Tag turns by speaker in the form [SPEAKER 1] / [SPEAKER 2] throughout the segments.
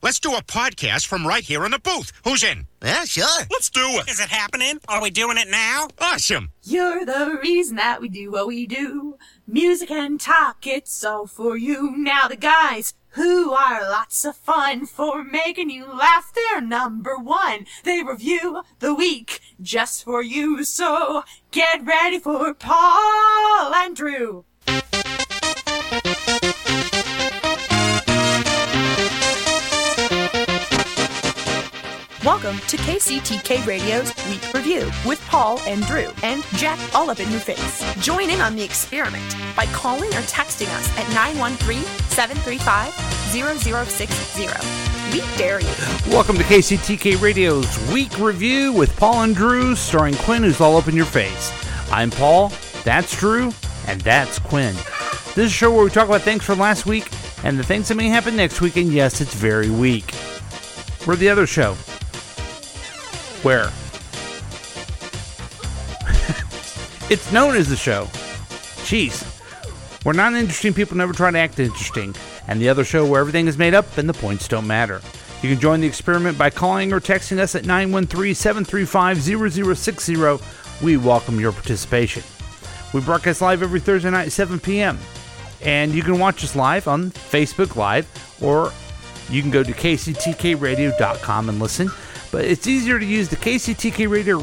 [SPEAKER 1] Let's do a podcast from right here in the booth. Who's in?
[SPEAKER 2] Yeah, sure.
[SPEAKER 3] Let's do it.
[SPEAKER 4] Is it happening? Are we doing it now?
[SPEAKER 1] Oh, Awesome.
[SPEAKER 5] You're the reason that we do what we do. Music and talk, it's all for you. Now the guys who are lots of fun for making you laugh, they're number one. They review the week just for you. So get ready for Paul and Drew.
[SPEAKER 6] Welcome to KCTK Radio's Week Review with Paul and Drew and Jack all up in your face. Join in on the experiment by calling or texting us at 913-735-0060. We dare you.
[SPEAKER 7] Welcome to KCTK Radio's Week Review with Paul and Drew, starring Quinn, who's all up in your face. I'm Paul, that's Drew, and that's Quinn. This is a show where we talk about things from last week and the things that may happen next week, and yes, it's very weak. We're the other show. Where? it's known as the show. Jeez. We're not interesting people never try to act interesting, and the other show where everything is made up and the points don't matter. You can join the experiment by calling or texting us at 913 735 0060. We welcome your participation. We broadcast live every Thursday night at 7 p.m., and you can watch us live on Facebook Live, or you can go to kctkradio.com and listen. But it's easier to use the KCTK Radio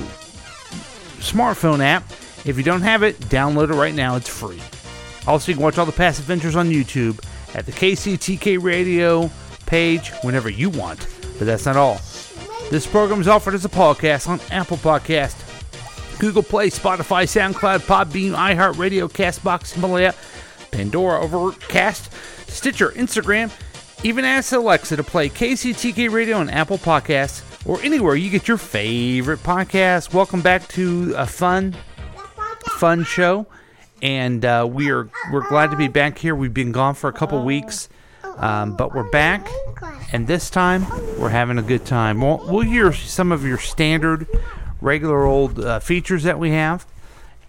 [SPEAKER 7] smartphone app. If you don't have it, download it right now. It's free. Also, you can watch all the past adventures on YouTube at the KCTK Radio page whenever you want. But that's not all. This program is offered as a podcast on Apple Podcast, Google Play, Spotify, SoundCloud, Podbean, iHeartRadio, CastBox, Himalaya, Pandora, Overcast, Stitcher, Instagram. Even ask Alexa to play KCTK Radio on Apple Podcasts or anywhere you get your favorite podcast. Welcome back to a fun, fun show, and uh, we are we're glad to be back here. We've been gone for a couple weeks, um, but we're back, and this time we're having a good time. We'll, we'll hear some of your standard, regular old uh, features that we have,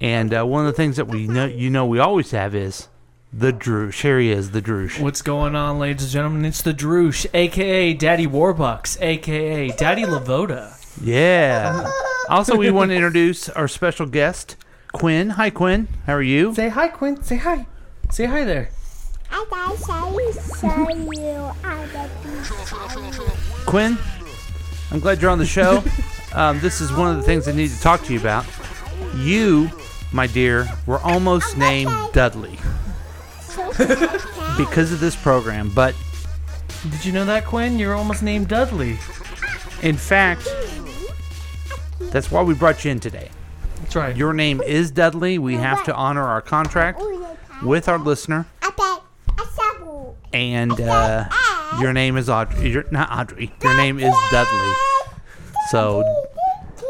[SPEAKER 7] and uh, one of the things that we know you know we always have is the Drew. Sherry is the Drew.
[SPEAKER 8] What's going on, ladies and gentlemen? It's the Droosh, aka Daddy Warbucks, aka Daddy Lavoda.
[SPEAKER 7] Yeah. Also, we want to introduce our special guest, Quinn. Hi, Quinn. How are you?
[SPEAKER 8] Say hi, Quinn. Say hi. Say hi there.
[SPEAKER 9] I got sorry, sorry, you. I got
[SPEAKER 7] Quinn, I'm glad you're on the show. um, this is one of the things I need to talk to you about. You, my dear, were almost named Dudley because of this program, but
[SPEAKER 8] Did you know that, Quinn? You're almost named Dudley.
[SPEAKER 7] in fact, that's why we brought you in today.
[SPEAKER 8] That's right.
[SPEAKER 7] Your name is Dudley. We have to honor our contract with our listener, and uh, your name is Audrey. Your, not Audrey. Your name is Dudley. So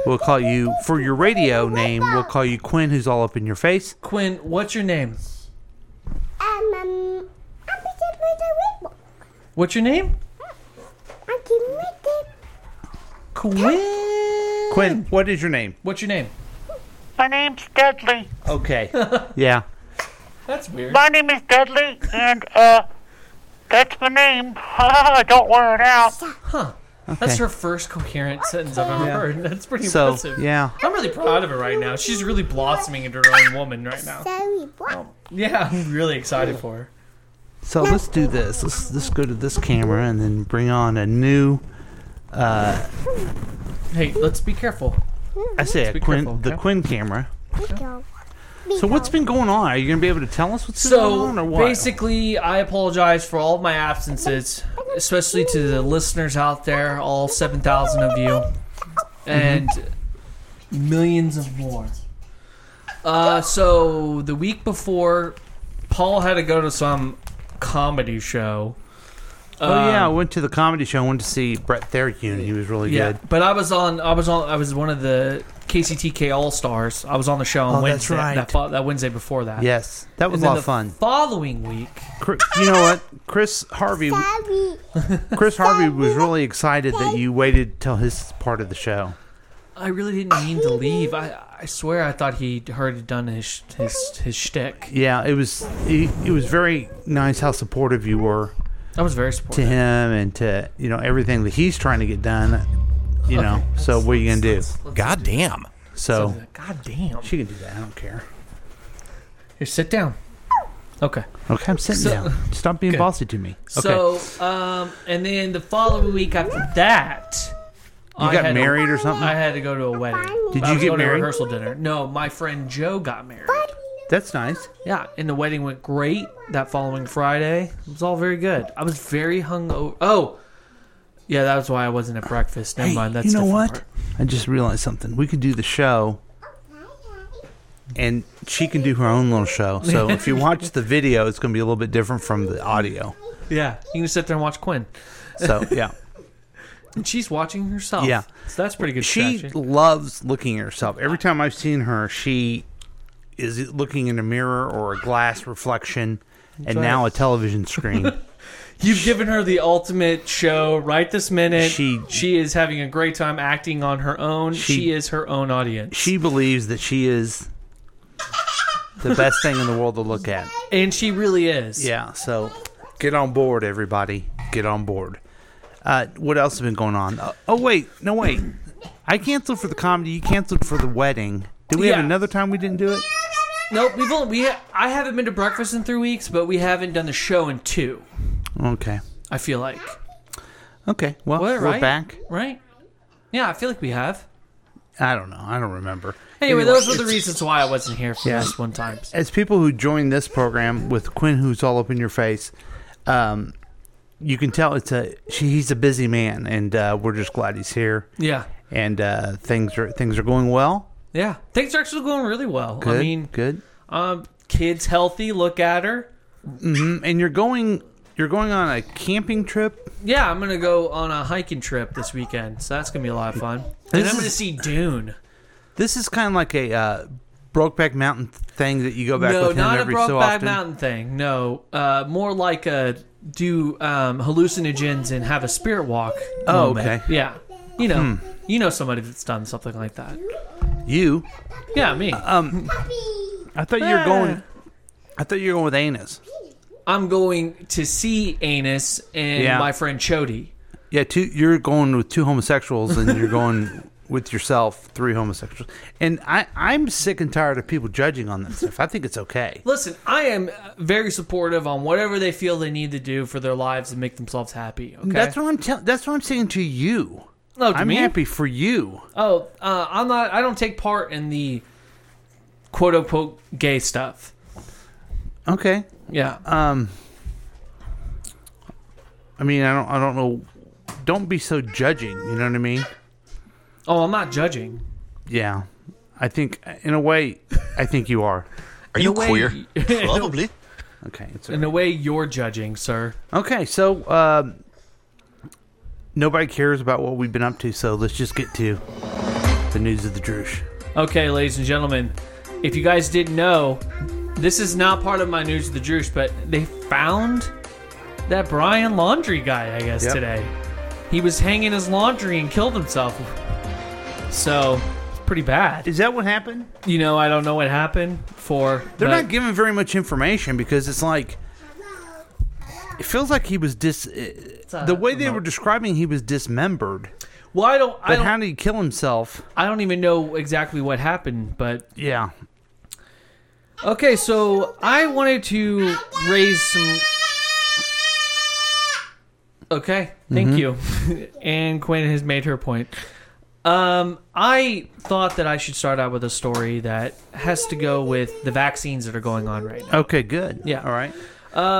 [SPEAKER 7] we'll call you for your radio name. We'll call you Quinn, who's all up in your face.
[SPEAKER 8] Quinn, what's your name?
[SPEAKER 9] Um, um, I'm just like a rainbow.
[SPEAKER 8] What's your name?
[SPEAKER 9] I can make it.
[SPEAKER 8] Quinn.
[SPEAKER 7] Quinn, what is your name?
[SPEAKER 8] What's your name?
[SPEAKER 10] My name's Dudley.
[SPEAKER 7] Okay. Yeah.
[SPEAKER 8] That's weird.
[SPEAKER 10] My name is Dudley, and uh, that's my name. Don't wear it out.
[SPEAKER 7] Okay.
[SPEAKER 8] That's her first coherent sentence I've ever heard. That's pretty
[SPEAKER 7] So
[SPEAKER 8] impressive.
[SPEAKER 7] yeah.
[SPEAKER 8] I'm really proud of her right now. She's really blossoming into her own woman right now.
[SPEAKER 9] Sorry, what?
[SPEAKER 8] Yeah, I'm really excited for her.
[SPEAKER 7] So let's do this. Let's let's go to this camera and then bring on a new.
[SPEAKER 8] Hey, let's be careful.
[SPEAKER 7] I say a
[SPEAKER 8] be
[SPEAKER 7] Quinn,
[SPEAKER 8] careful,
[SPEAKER 7] the
[SPEAKER 8] okay?
[SPEAKER 7] Quinn camera.
[SPEAKER 9] Go.
[SPEAKER 7] So what's been going on? Are you gonna be able to tell us what's
[SPEAKER 8] So
[SPEAKER 7] going on or what?
[SPEAKER 8] basically, I apologize for all of my absences, especially to the listeners out there, all 7,000 of you, and millions of more. Uh, so the week before, Paul had to go to some comedy show.
[SPEAKER 7] oh yeah, I went to the comedy show. I went to see Brett Thereune. He was really
[SPEAKER 8] um, Yeah,
[SPEAKER 7] good.
[SPEAKER 8] but I was on. I was on. I was one of the KCTK All Stars. I was on the show
[SPEAKER 7] Oh,
[SPEAKER 8] on
[SPEAKER 7] that's
[SPEAKER 8] Wednesday,
[SPEAKER 7] right.
[SPEAKER 8] that, fo- that Wednesday before that.
[SPEAKER 7] Yes, that was a
[SPEAKER 8] And then
[SPEAKER 7] lot
[SPEAKER 8] the
[SPEAKER 7] of fun.
[SPEAKER 8] Following week,
[SPEAKER 7] Chris, you know what? Chris Harvey, Chris Harvey was really excited that you waited till his part of the show.
[SPEAKER 8] I really didn't mean to leave. I, I swear I thought he already done his his his shtick.
[SPEAKER 7] Yeah, it was it, it was very nice how supportive you were
[SPEAKER 8] I was very
[SPEAKER 7] to
[SPEAKER 8] supportive.
[SPEAKER 7] him and to you know everything that he's trying to get done. You know, so what are you gonna do? God damn. So
[SPEAKER 8] God damn.
[SPEAKER 7] she can do that. I don't care.
[SPEAKER 8] Here, sit down. Okay.
[SPEAKER 7] Okay, I'm sitting
[SPEAKER 8] So-
[SPEAKER 7] down. Stop being
[SPEAKER 8] Good.
[SPEAKER 7] bossy to me. Okay.
[SPEAKER 8] So, um, and then the following week after that,
[SPEAKER 7] You got
[SPEAKER 8] had to-
[SPEAKER 7] married or something?
[SPEAKER 8] I had to go to a wedding.
[SPEAKER 7] Did
[SPEAKER 8] I
[SPEAKER 7] you get
[SPEAKER 8] was going To a
[SPEAKER 7] married?
[SPEAKER 8] rehearsal dinner. No, my friend Joe got married.
[SPEAKER 7] That's nice.
[SPEAKER 8] Yeah, and the wedding went great. That following Friday, it was all very good. I was very hungover. Oh, yeah, that was why I wasn't at breakfast. Never
[SPEAKER 7] Hey,
[SPEAKER 8] mind. That's
[SPEAKER 7] you know what?
[SPEAKER 8] different part.
[SPEAKER 7] I just realized something. We could do the show, and she can do her own little show. So if you watch the video, it's going to be a little bit different from the audio.
[SPEAKER 8] Yeah, you can just sit there and watch Quinn.
[SPEAKER 7] So yeah,
[SPEAKER 8] and she's watching herself.
[SPEAKER 7] yeah,
[SPEAKER 8] so that's pretty good.
[SPEAKER 7] She
[SPEAKER 8] strategy.
[SPEAKER 7] loves looking at herself. Every time I've seen her, she is looking in a mirror or a glass reflection, and
[SPEAKER 8] right.
[SPEAKER 7] now a television screen.
[SPEAKER 8] You've given her the ultimate show right this minute.
[SPEAKER 7] She-
[SPEAKER 8] she is having a great time acting on her own. She,
[SPEAKER 7] She-
[SPEAKER 8] is her own audience,
[SPEAKER 7] she believes that she is the best thing in the world to look at.
[SPEAKER 8] and she really is.
[SPEAKER 7] Yeah, so get on board, everybody. Get on board. Uh, what else has been going on? Uh, oh, wait. No, wait. I canceled for the comedy. You canceled for the wedding. Did we
[SPEAKER 8] Yeah.
[SPEAKER 7] have another time we didn't do it?
[SPEAKER 8] Nope. We've only, we ha- I haven't been to breakfast in three weeks, but we haven't done the show in two.
[SPEAKER 7] Okay.
[SPEAKER 8] I feel like
[SPEAKER 7] Okay. Well, we're
[SPEAKER 8] What, right?
[SPEAKER 7] back.
[SPEAKER 8] right. Yeah, I feel like we have.
[SPEAKER 7] I don't know. I don't remember.
[SPEAKER 8] Anyway, those were the
[SPEAKER 7] it's-
[SPEAKER 8] reasons why I wasn't here for
[SPEAKER 7] Yeah.
[SPEAKER 8] this one time.
[SPEAKER 7] As people who join this program with Quinn, who's all up in your face, um, you can tell it's a she, he's a busy man, and uh, we're just glad he's here.
[SPEAKER 8] Yeah.
[SPEAKER 7] And uh, things are things are going well.
[SPEAKER 8] Yeah, things are actually going really well.
[SPEAKER 7] Good.
[SPEAKER 8] I mean,
[SPEAKER 7] good.
[SPEAKER 8] um, kids healthy. Look at her.
[SPEAKER 7] hmm And you're going you're going on a camping trip.
[SPEAKER 8] Yeah, I'm gonna go on a hiking trip this weekend, so that's gonna be a lot of fun. And
[SPEAKER 7] This
[SPEAKER 8] I'm gonna
[SPEAKER 7] is-
[SPEAKER 8] see Dune.
[SPEAKER 7] This is kind of like a uh, Brokeback Mountain thing that you go back
[SPEAKER 8] No,
[SPEAKER 7] with him
[SPEAKER 8] not a
[SPEAKER 7] every so
[SPEAKER 8] Brokeback
[SPEAKER 7] often.
[SPEAKER 8] Mountain thing. No, uh, more like a do um, hallucinogens and have a spirit walk.
[SPEAKER 7] Oh,
[SPEAKER 8] moment.
[SPEAKER 7] okay.
[SPEAKER 8] Yeah, you know,
[SPEAKER 7] Hmm.
[SPEAKER 8] you know somebody that's done something like that.
[SPEAKER 7] You,
[SPEAKER 8] Yeah, me.
[SPEAKER 7] um, I thought you were going. Eh. I thought you were going with Anus.
[SPEAKER 8] I'm going to see Anus and
[SPEAKER 7] Yeah.
[SPEAKER 8] my friend Chody.
[SPEAKER 7] Yeah, two. You're going with two homosexuals, and you're going with yourself, three homosexuals. And I, I'm sick and tired of people judging on that stuff. I think it's okay.
[SPEAKER 8] Listen, I am uh, very supportive on whatever they feel they need to do for their lives and make themselves happy. Okay,
[SPEAKER 7] That's what I'm telling. That's what I'm saying to you.
[SPEAKER 8] No, to
[SPEAKER 7] I'm
[SPEAKER 8] me?
[SPEAKER 7] happy for you.
[SPEAKER 8] Oh, uh, I'm not. I don't take part in the quote unquote gay stuff.
[SPEAKER 7] Okay.
[SPEAKER 8] Yeah.
[SPEAKER 7] Um. I mean, I don't. I don't know. Don't be so judging. You know what I mean?
[SPEAKER 8] Oh, I'm not judging.
[SPEAKER 7] Yeah. I think, in a way, I think you are.
[SPEAKER 8] Are In you a way- queer? Probably.
[SPEAKER 7] Okay. It's
[SPEAKER 8] In a way, you're judging, sir.
[SPEAKER 7] Okay, so um, nobody cares about what we've been up to, so let's just get to the news of the Drush.
[SPEAKER 8] Okay, ladies and gentlemen, if you guys didn't know, this is not part of my news of the Druze, but they found that Brian Laundry guy, I guess,
[SPEAKER 7] Yep.
[SPEAKER 8] today. He was hanging his laundry and killed himself. So, it's pretty bad.
[SPEAKER 7] Is that what happened?
[SPEAKER 8] You know, I don't know what happened for.
[SPEAKER 7] They're
[SPEAKER 8] but-
[SPEAKER 7] not giving very much information because it's like it feels like he was dis. eh, The way they were describing, he was dismembered.
[SPEAKER 8] Well, I don't.
[SPEAKER 7] But
[SPEAKER 8] I don't,
[SPEAKER 7] how did he kill himself?
[SPEAKER 8] I don't even know exactly what happened, but
[SPEAKER 7] yeah.
[SPEAKER 8] Okay, so I wanted to raise some. Okay, thank you. and Quinn has made her point. Um, I thought that I should start out with a story that has to go with the vaccines that are going on right now.
[SPEAKER 7] Okay, good.
[SPEAKER 8] Yeah.
[SPEAKER 7] All right.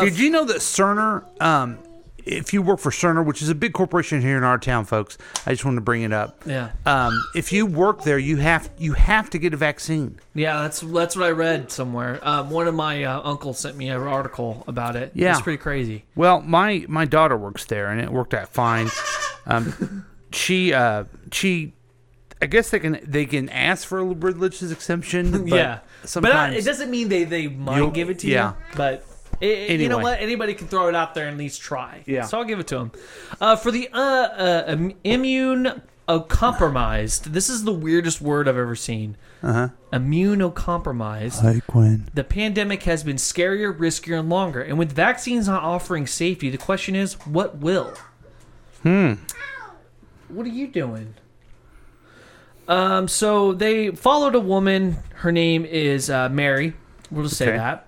[SPEAKER 7] Did you know that Cerner, um, if you work for Cerner, which is a big corporation here in our town, folks, I just wanted to bring it up.
[SPEAKER 8] Yeah.
[SPEAKER 7] Um, if you work there, you have you have to get a vaccine.
[SPEAKER 8] Yeah, that's that's what I read somewhere. Um, one of my uh, uncles sent me an article about it.
[SPEAKER 7] Yeah.
[SPEAKER 8] it's pretty crazy.
[SPEAKER 7] Well, my my daughter works there, and it worked out fine. Um, she uh, she I guess they can they can ask for a religious exemption. But uh,
[SPEAKER 8] yeah, but I,
[SPEAKER 7] sometimes
[SPEAKER 8] it doesn't mean they they
[SPEAKER 7] You'll-
[SPEAKER 8] might give it to
[SPEAKER 7] yeah.
[SPEAKER 8] you. But it, it- you know
[SPEAKER 7] Anyway.
[SPEAKER 8] what? Anybody can throw it out there and at least try.
[SPEAKER 7] Yeah.
[SPEAKER 8] So I'll give it to them. Uh, for the uh, uh, im- immune compromised, this is the weirdest word I've ever seen.
[SPEAKER 7] uh-huh.
[SPEAKER 8] Immunocompromised.
[SPEAKER 7] when
[SPEAKER 8] The pandemic has been scarier, riskier, and longer. And with vaccines not offering safety, the question is, what will?
[SPEAKER 7] hmm.
[SPEAKER 8] What are you doing? Um, so they followed a woman. Her name is uh, Mary. We'll just say
[SPEAKER 7] Okay.
[SPEAKER 8] that.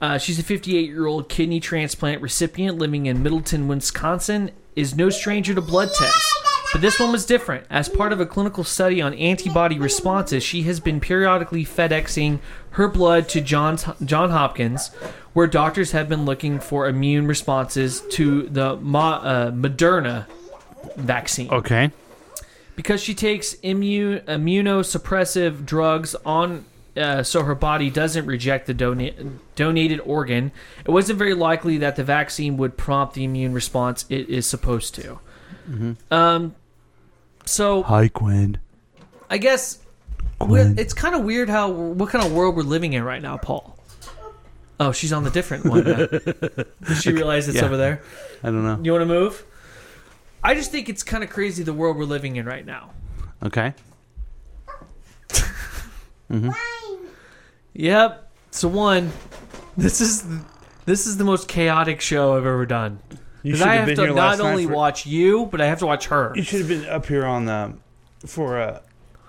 [SPEAKER 8] Uh, she's a 58 year old kidney transplant recipient living in Middleton, Wisconsin. Is no stranger to blood tests, but this one was different. As part of a clinical study on antibody responses, she has been periodically FedExing her blood to Johns, John Hopkins, where doctors have been looking for immune responses to the Mo- uh, Moderna vaccine
[SPEAKER 7] Okay.
[SPEAKER 8] because she takes immune immunosuppressive drugs on uh, so her body doesn't reject the dona- donated organ it wasn't very likely that the vaccine would prompt the immune response it is supposed to
[SPEAKER 7] Mm-hmm.
[SPEAKER 8] um, so
[SPEAKER 7] Hi, Gwen.
[SPEAKER 8] i guess we're-
[SPEAKER 7] Mm-hmm.
[SPEAKER 8] it's kind of weird how what kind of world we're living in right now paul oh she's on the different one now. did she realize it's
[SPEAKER 7] Yeah.
[SPEAKER 8] over there
[SPEAKER 7] I don't know.
[SPEAKER 8] you want to move i just think it's kind of crazy the world we're living in right now
[SPEAKER 7] Okay. hmm
[SPEAKER 8] Yep. So one, this is this is the most chaotic show I've ever done.
[SPEAKER 7] You
[SPEAKER 8] Because
[SPEAKER 7] should
[SPEAKER 8] I
[SPEAKER 7] have
[SPEAKER 8] have
[SPEAKER 7] been
[SPEAKER 8] to
[SPEAKER 7] here
[SPEAKER 8] not
[SPEAKER 7] last night
[SPEAKER 8] only
[SPEAKER 7] for-
[SPEAKER 8] watch you, but I have to watch her.
[SPEAKER 7] You should have been up here on the for a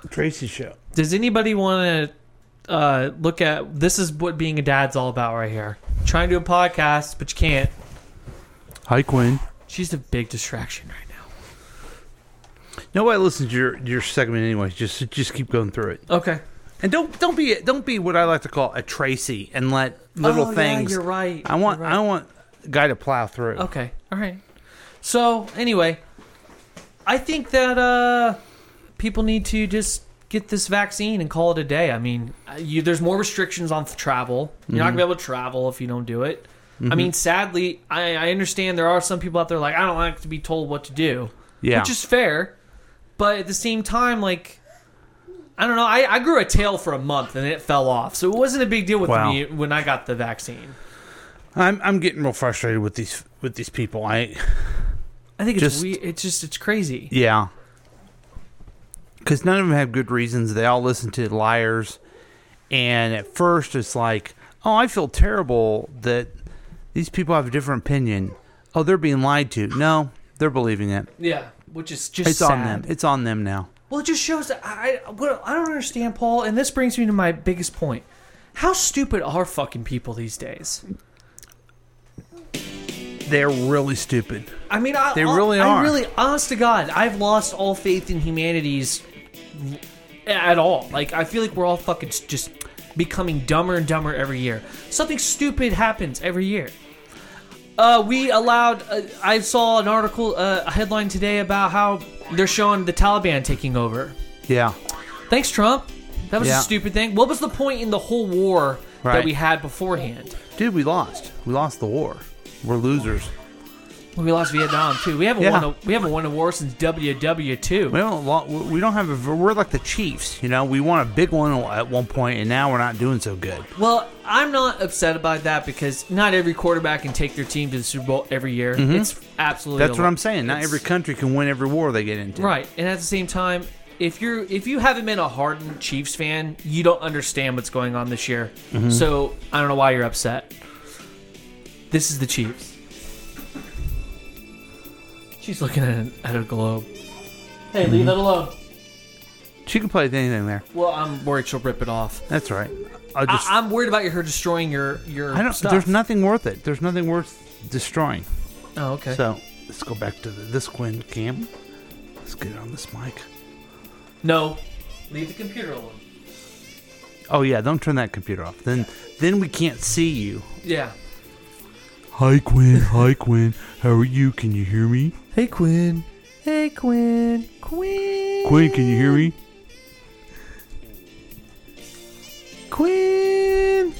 [SPEAKER 7] Tracy show.
[SPEAKER 8] Does anybody want to uh, look at this? Is what being a dad's all about right here. Trying to do a podcast, but you can't.
[SPEAKER 7] Hi, Gwen.
[SPEAKER 8] She's a big distraction right
[SPEAKER 7] No, I listened to your your segment anyway. Just just keep going through it.
[SPEAKER 8] now. Okay.
[SPEAKER 7] And don't don't be don't be what I like to call a Tracy and let little
[SPEAKER 8] Oh, yeah,
[SPEAKER 7] things.
[SPEAKER 8] you're right.
[SPEAKER 7] I want I want a guy to plow through.
[SPEAKER 8] Okay. All right. So anyway, I think that uh, people need to just get this vaccine and call it a day. I mean, uh, you, there's more restrictions on travel. You're
[SPEAKER 7] Mm-hmm.
[SPEAKER 8] not gonna be able to travel if you don't do it. I
[SPEAKER 7] Mhm.
[SPEAKER 8] mean, sadly, I, I understand there are some people out there like I don't like to be told what to do.
[SPEAKER 7] Yeah.
[SPEAKER 8] Which is fair, but at the same time, like. I don't know. I, I grew a tail for a month and it fell off, so it wasn't a big deal with
[SPEAKER 7] Wow.
[SPEAKER 8] me when I got the vaccine.
[SPEAKER 7] I'm I'm getting real frustrated with these with these people. I
[SPEAKER 8] I think it's
[SPEAKER 7] Just-
[SPEAKER 8] we It's just it's crazy.
[SPEAKER 7] yeah. Because none of them have good reasons. They all listen to liars, and at first it's like, oh, I feel terrible that these people have a different opinion. Oh, they're being lied to. No, they're believing it.
[SPEAKER 8] Yeah, which is just
[SPEAKER 7] it's on them. It's on them now.
[SPEAKER 8] Well, it just shows that I I- what I don't understand, Paul. And this brings me to my biggest point: how stupid are fucking people these days?
[SPEAKER 7] They're really stupid.
[SPEAKER 8] I mean, I,
[SPEAKER 7] They
[SPEAKER 8] I-
[SPEAKER 7] really
[SPEAKER 8] I
[SPEAKER 7] are.
[SPEAKER 8] really, honest to God, I've lost all faith in humanity's at all. Like, I feel like we're all fucking s- just becoming dumber and dumber every year. Something stupid happens every year. Uh, we allowed. Uh, I saw an article, uh, a headline today about how they're showing the Taliban taking over.
[SPEAKER 7] Yeah.
[SPEAKER 8] Thanks, Trump. That was
[SPEAKER 7] Yeah.
[SPEAKER 8] a stupid thing. What was the point in the whole war
[SPEAKER 7] Right.
[SPEAKER 8] that we had beforehand?
[SPEAKER 7] Dude, we lost. We lost the war. We're losers.
[SPEAKER 8] We lost Vietnam too. We haven't
[SPEAKER 7] Yeah.
[SPEAKER 8] won. A, we haven't won a war since WW two.
[SPEAKER 7] We don't. lo- We don't have. A, we're like the Chiefs. You know, we won a big one at one point, and now we're not doing so good.
[SPEAKER 8] Well, I'm not upset about that because not every quarterback can take their team to the Super Bowl every year.
[SPEAKER 7] Mhm.
[SPEAKER 8] It's absolutely
[SPEAKER 7] That's what I'm saying. Not every country can win every war they get into.
[SPEAKER 8] right. And at the same time, if you're if you haven't been a hardened Chiefs fan, you don't understand what's going on this year.
[SPEAKER 7] Mhm.
[SPEAKER 8] So I don't know why you're upset. This is the Chiefs. She's looking at an, at a globe. Hey, leave that alone.
[SPEAKER 7] She can play with anything there.
[SPEAKER 8] Well, I'm worried she'll rip it off.
[SPEAKER 7] That's right. I
[SPEAKER 8] I
[SPEAKER 7] just.
[SPEAKER 8] I, am worried about her destroying your your
[SPEAKER 7] I don't.
[SPEAKER 8] stuff.
[SPEAKER 7] There's nothing worth it. There's nothing worth destroying.
[SPEAKER 8] Oh, okay.
[SPEAKER 7] So let's go back to the, this Gwen cam. Let's get it on this mic.
[SPEAKER 8] no. Leave the computer alone.
[SPEAKER 7] Oh yeah, don't turn that computer off. Then, then we can't see you.
[SPEAKER 8] Yeah.
[SPEAKER 7] Hi Quinn. Hi Quinn. How are you? Can you hear me? Hey Quinn.
[SPEAKER 8] Hey, Quinn. Quinn.
[SPEAKER 7] Quinn, can you hear me? Quinn.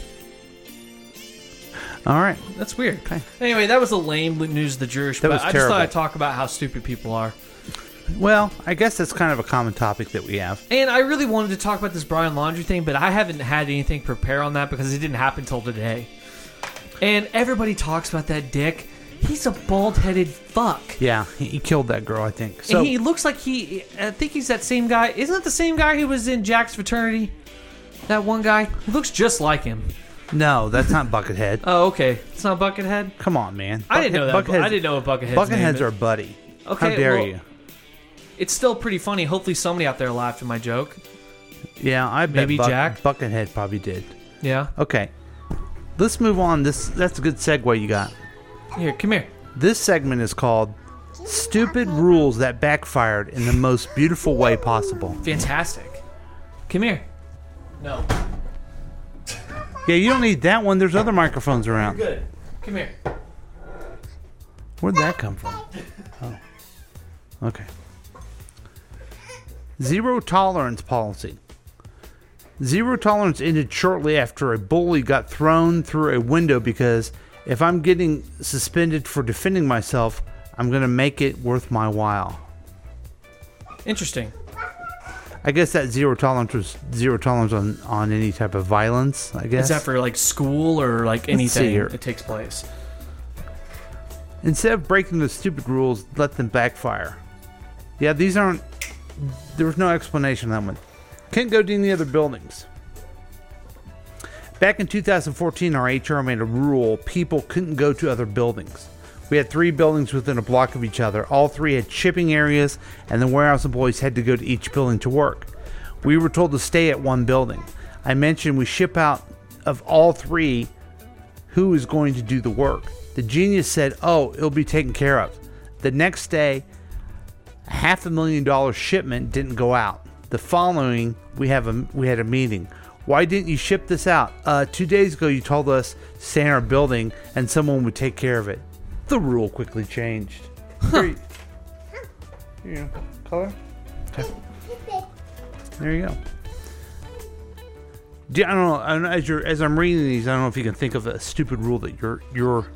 [SPEAKER 7] All right.
[SPEAKER 8] That's weird. Anyway, that was a lame news of the Jewish.
[SPEAKER 7] That
[SPEAKER 8] but
[SPEAKER 7] was
[SPEAKER 8] I just
[SPEAKER 7] terrible.
[SPEAKER 8] thought I'd talk about how stupid people are.
[SPEAKER 7] Well, I guess that's kind of a common topic that we have.
[SPEAKER 8] And I really wanted to talk about this Brian Laundry thing, but I haven't had anything prepare on that because it didn't happen till today. And everybody talks about that dick. He's a bald headed fuck.
[SPEAKER 7] Yeah, he he killed that girl, I think. So
[SPEAKER 8] and he looks like he. I think he's that same guy. Isn't that the same guy who was in Jack's fraternity? That one guy? He looks just like him.
[SPEAKER 7] no, that's not Buckethead.
[SPEAKER 8] Oh, okay. It's not Buckethead?
[SPEAKER 7] Come on, man.
[SPEAKER 8] I didn't know that.
[SPEAKER 7] Buckethead's-
[SPEAKER 8] I didn't know what Buckethead's name
[SPEAKER 7] Buckethead's
[SPEAKER 8] is.
[SPEAKER 7] our buddy.
[SPEAKER 8] Okay,
[SPEAKER 7] How dare
[SPEAKER 8] well-
[SPEAKER 7] you?
[SPEAKER 8] It's still pretty funny. Hopefully, somebody out there laughed at my joke.
[SPEAKER 7] Yeah, I bet
[SPEAKER 8] Maybe
[SPEAKER 7] Buck-
[SPEAKER 8] Jack?
[SPEAKER 7] Buckethead probably did.
[SPEAKER 8] Yeah.
[SPEAKER 7] Okay, let's move on. This that's a good segue you got.
[SPEAKER 8] Here, come here.
[SPEAKER 7] This segment is called "Stupid Rules That Backfired in the Most Beautiful Way Possible."
[SPEAKER 8] Fantastic. Come here. No.
[SPEAKER 7] Yeah, you don't need that one. There's other microphones around.
[SPEAKER 8] Good. Come here.
[SPEAKER 7] Where'd that come from? Oh. Okay. Zero tolerance policy. Zero tolerance ended shortly after a bully got thrown through a window because if I'm getting suspended for defending myself, I'm going to make it worth my while.
[SPEAKER 8] Interesting.
[SPEAKER 7] I guess that zero tolerance was zero tolerance on, on any type of violence, I guess.
[SPEAKER 8] Is that for like school or like
[SPEAKER 7] Let's see
[SPEAKER 8] anything
[SPEAKER 7] here.
[SPEAKER 8] it takes place?
[SPEAKER 7] Instead of breaking the stupid rules, let them backfire. Yeah, these aren't. There was no explanation on that one. Can't go to any other buildings. Back in 2014, our HR made a rule people couldn't go to other buildings. We had three buildings within a block of each other. All three had shipping areas, and the warehouse employees had to go to each building to work. We were told to stay at one building. I mentioned we ship out of all three who is going to do the work. The genius said, Oh, it'll be taken care of. The next day, a half a million dollar shipment didn't go out. The following, we have a we had a meeting. Why didn't you ship this out? Uh, two days ago, you told us to stay in our building and someone would take care of it. The rule quickly changed. Here you- here you go. Color? Okay. There you go. Do, I don't know. I don't know as you're as I'm reading these, I don't know if you can think of a stupid rule that your your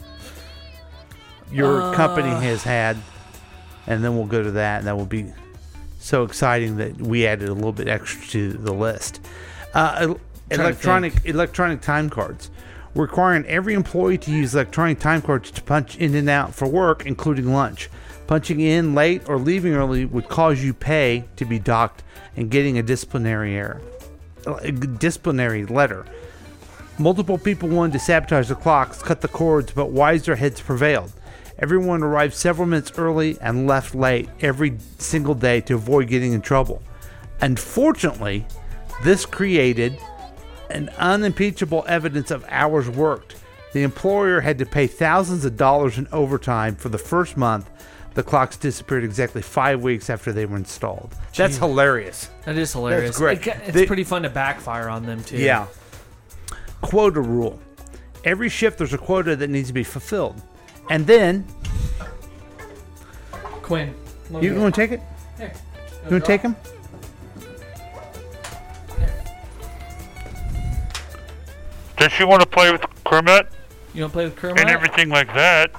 [SPEAKER 7] your
[SPEAKER 8] Uh.
[SPEAKER 7] company has had, and then we'll go to that, and that will be so exciting that we added a little bit extra to the list. Uh, el-
[SPEAKER 8] Trying to
[SPEAKER 7] electronic electronic time cards. Requiring every employee to use electronic time cards to punch in and out for work, including lunch. Punching in late or leaving early would cause you pay to be docked and getting a disciplinary error. A disciplinary letter. Multiple people wanted to sabotage the clocks, cut the cords, but wiser heads prevailed. Everyone arrived several minutes early and left late every single day to avoid getting in trouble. Unfortunately, this created an unimpeachable evidence of hours worked. The employer had to pay thousands of dollars in overtime for the first month. The clocks disappeared exactly five weeks after they were installed. That's
[SPEAKER 8] Gee.
[SPEAKER 7] hilarious.
[SPEAKER 8] That is
[SPEAKER 7] That's
[SPEAKER 8] hilarious.
[SPEAKER 7] great.
[SPEAKER 8] It ca- it's
[SPEAKER 7] They-
[SPEAKER 8] pretty fun to backfire on them too.
[SPEAKER 7] Yeah. Quota rule. Every shift there's a quota that needs to be fulfilled. And then
[SPEAKER 8] Quinn, come over
[SPEAKER 7] you
[SPEAKER 8] here.
[SPEAKER 7] want to take it?
[SPEAKER 8] Here.
[SPEAKER 7] You want to take him?
[SPEAKER 10] Does she want to play with Kermit
[SPEAKER 8] You want to play with Kermit?
[SPEAKER 10] and everything like that?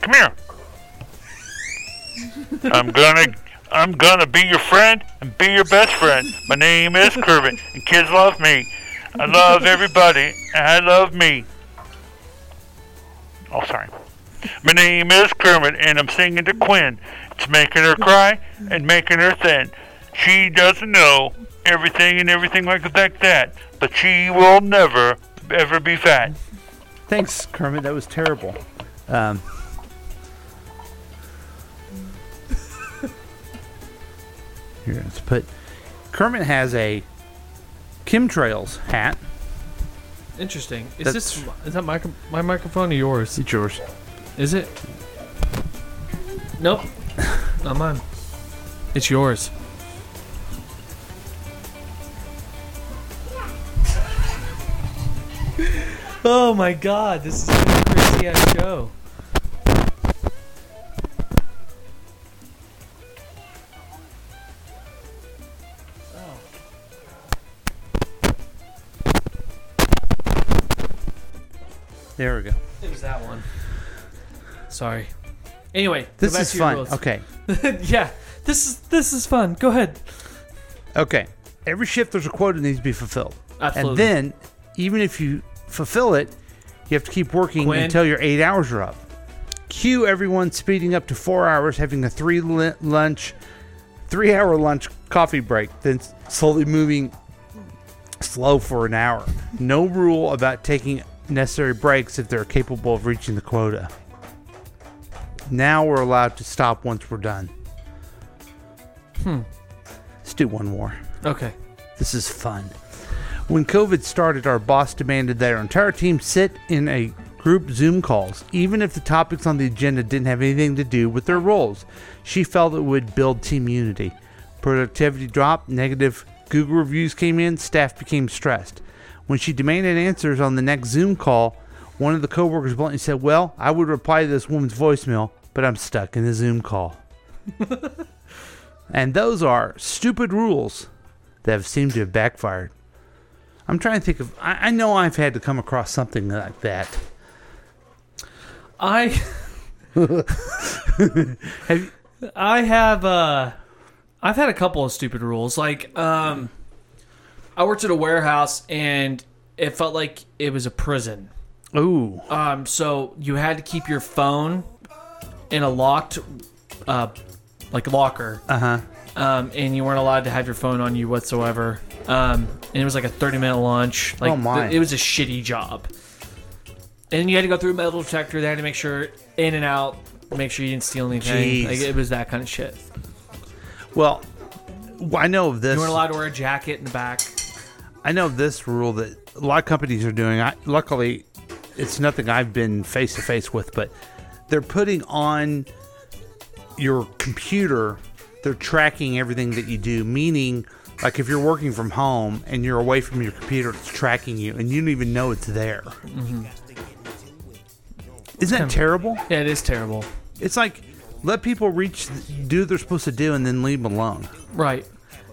[SPEAKER 10] Come here. I'm gonna, I'm gonna be your friend and be your best friend. My name is Kermit, and kids love me. I love everybody, and I love me. Oh, sorry. My name is Kermit, and I'm singing to Quinn. It's making her cry and making her thin. She doesn't know everything and everything like like that, but she will never ever be fat.
[SPEAKER 7] Thanks, Kermit. That was terrible. Um, here, let's put. Kermit has a chemtrails hat.
[SPEAKER 8] Interesting. Is
[SPEAKER 7] That's-
[SPEAKER 8] this is that micro, my microphone or yours?
[SPEAKER 7] It's yours.
[SPEAKER 8] Is it? Nope. Not mine. It's yours. oh my god, this is a crazy ass show.
[SPEAKER 7] There we go.
[SPEAKER 8] It was that one. Sorry. Anyway, go
[SPEAKER 7] This
[SPEAKER 8] back
[SPEAKER 7] is
[SPEAKER 8] to your
[SPEAKER 7] fun.
[SPEAKER 8] rules.
[SPEAKER 7] Okay.
[SPEAKER 8] yeah, This is this is fun. Go ahead.
[SPEAKER 7] Okay. Every shift there's a quota that needs to be fulfilled.
[SPEAKER 8] Absolutely.
[SPEAKER 7] And then, even if you fulfill it, you have to keep working
[SPEAKER 8] Quinn.
[SPEAKER 7] until your eight hours are up. Cue everyone speeding up to four hours, having a three lu- lunch, three hour lunch coffee break, then s- slowly moving slow for an hour. No rule about taking necessary breaks if they're capable of reaching the quota. Now we're allowed to stop once we're done.
[SPEAKER 8] Hmm.
[SPEAKER 7] Let's do one more.
[SPEAKER 8] Okay.
[SPEAKER 7] This is fun. When COVID started, our boss demanded that our entire team sit in a group Zoom calls, even if the topics on the agenda didn't have anything to do with their roles. She felt it would build team unity. Productivity dropped, negative Google reviews came in, staff became stressed. When she demanded answers on the next Zoom call, one of the coworkers bluntly said, "Well, I would reply to this woman's voicemail, but I'm stuck in a Zoom call." And those are stupid rules that have seemed to have backfired. I'm trying to think of. I, I know I've had to come across something like that.
[SPEAKER 8] I I have uh I've had a couple of stupid rules. Like um I worked at a warehouse and it felt like it was a prison.
[SPEAKER 7] Ooh.
[SPEAKER 8] Um so you had to keep your phone in a locked uh like locker.
[SPEAKER 7] Uh huh.
[SPEAKER 8] Um, and you weren't allowed to have your phone on you whatsoever. Um, and it was like a 30 minute lunch. Like
[SPEAKER 7] Oh, my.
[SPEAKER 8] it was a shitty job. And you had to go through a metal detector. They had to make sure in and out, make sure you didn't steal
[SPEAKER 7] Jeez.
[SPEAKER 8] anything. Like it was that kind of shit.
[SPEAKER 7] Well, w- I know of this.
[SPEAKER 8] You weren't allowed to wear a jacket in the back.
[SPEAKER 7] I know of this rule that a lot of companies are doing. I, luckily, it's nothing I've been face to face with, but they're putting on your computer. They're tracking everything that you do, meaning. Like if you're working from home and you're away from your computer, it's tracking you, and you don't even know it's there. Isn't that terrible?
[SPEAKER 8] Yeah, it is terrible.
[SPEAKER 7] It's like let people reach, do what they're supposed to do, and then leave them alone.
[SPEAKER 8] Right.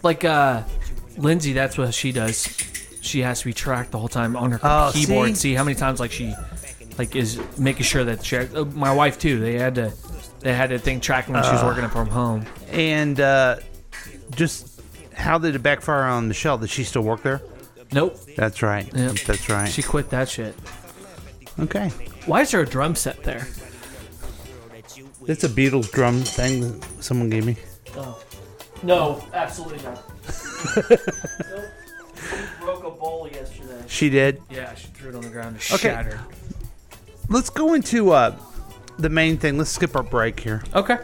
[SPEAKER 8] Like uh Lindsay, that's what she does. She has to be tracked the whole time on her
[SPEAKER 7] Oh,
[SPEAKER 8] keyboard.
[SPEAKER 7] see?
[SPEAKER 8] See? how many times like she like is making sure that she, uh, my wife too. They had to they had to thing tracking when she was
[SPEAKER 7] Uh.
[SPEAKER 8] working from home.
[SPEAKER 7] And uh, just how did it backfire on Michelle? Did she still work there?
[SPEAKER 8] Nope.
[SPEAKER 7] That's right.
[SPEAKER 8] Yep.
[SPEAKER 7] That's right.
[SPEAKER 8] She quit that shit.
[SPEAKER 7] Okay.
[SPEAKER 8] Why is there a drum set there?
[SPEAKER 7] That's a Beatles drum thing that someone gave me.
[SPEAKER 8] Oh. No, absolutely not. broke a bowl yesterday.
[SPEAKER 7] She did.
[SPEAKER 8] Yeah, she threw it on the ground to
[SPEAKER 7] Okay.
[SPEAKER 8] shatter.
[SPEAKER 7] Let's go into uh, the main thing. Let's skip our break here.
[SPEAKER 8] Okay.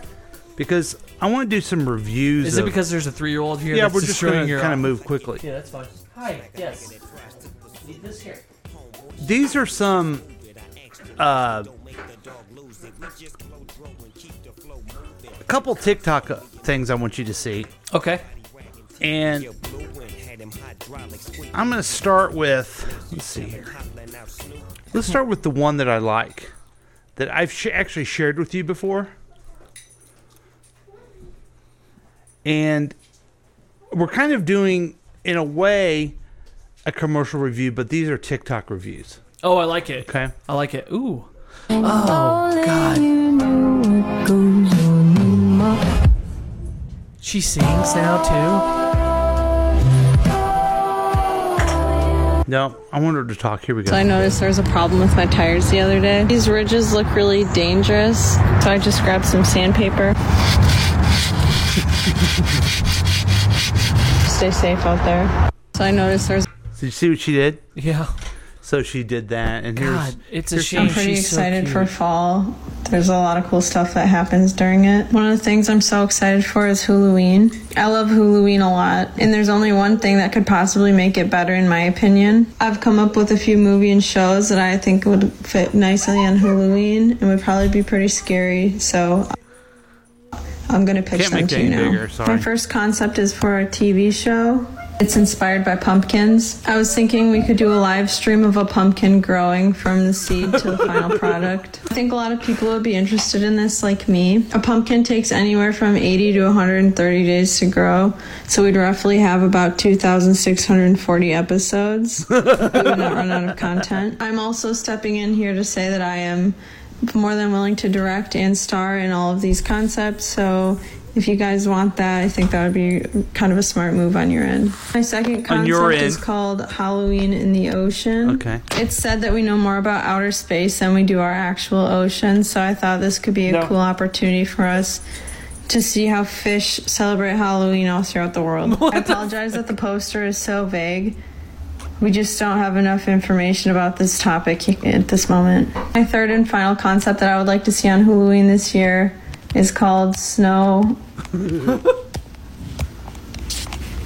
[SPEAKER 7] Because I want to do some reviews.
[SPEAKER 8] Is it
[SPEAKER 7] of-
[SPEAKER 8] because there's a three year old here?
[SPEAKER 7] Yeah,
[SPEAKER 8] that's
[SPEAKER 7] we're just
[SPEAKER 8] destroying
[SPEAKER 7] going to
[SPEAKER 8] your
[SPEAKER 7] kind of move quickly.
[SPEAKER 8] Yeah, that's fine. Hi, yes. Leave this here.
[SPEAKER 7] These are some. Uh, a couple TikTok uh, things I want you to see.
[SPEAKER 8] Okay.
[SPEAKER 7] And I'm going to start with. Let's see here. Let's start with the one that I like that I've sh- actually shared with you before. And we're kind of doing, in a way, a commercial review, but these are TikTok reviews.
[SPEAKER 8] Oh, I like it.
[SPEAKER 7] Okay.
[SPEAKER 8] I like it. Ooh.
[SPEAKER 11] Oh God.
[SPEAKER 8] She sings now
[SPEAKER 7] No, I want her to talk. Here we go.
[SPEAKER 12] So I noticed there was a problem with my tires the other day. These ridges look really dangerous, so I just grabbed some sandpaper. Stay safe out there. So I noticed there's.
[SPEAKER 7] Did you see what she did?
[SPEAKER 8] Yeah.
[SPEAKER 7] So she did that, and here's
[SPEAKER 12] God,
[SPEAKER 8] it's
[SPEAKER 7] here's-
[SPEAKER 12] I'm pretty excited for fall. There's a lot of cool stuff that happens during it. One of the things I'm so excited for is Halloween. I love Halloween a lot, and there's only one thing that could possibly make it better, in my opinion. I've come up with a few movie and shows that I think would fit nicely on Halloween and would probably be pretty scary. So I'm gonna pitch
[SPEAKER 7] Can't
[SPEAKER 12] them
[SPEAKER 7] make
[SPEAKER 12] to
[SPEAKER 7] that
[SPEAKER 12] you
[SPEAKER 7] any
[SPEAKER 12] now.
[SPEAKER 7] bigger, sorry.
[SPEAKER 12] My first concept is for a TV show. It's inspired by pumpkins. I was thinking we could do a live stream of a pumpkin growing from the seed to the final product. I think a lot of people would be interested in this, like me. A pumpkin takes anywhere from 80 to 130 days to grow, so we'd roughly have about 2,640 episodes. we would not run out of content. I'm also stepping in here to say that I am more than willing to direct and star in all of these concepts. So If you guys want that, I think that would be kind of a smart move on your end. My second
[SPEAKER 7] On
[SPEAKER 12] concept
[SPEAKER 7] your
[SPEAKER 12] is
[SPEAKER 7] end.
[SPEAKER 12] called Halloween in the Ocean.
[SPEAKER 7] Okay.
[SPEAKER 12] It's said that we know more about outer space than we do our actual ocean, so I thought this could be a
[SPEAKER 13] No.
[SPEAKER 12] cool opportunity for us to see how fish celebrate Halloween all throughout the world. I apologize that the poster is so vague. We just don't have enough information about this topic at this moment. My third and final concept that I would like to see on Halloween this year is called Snow.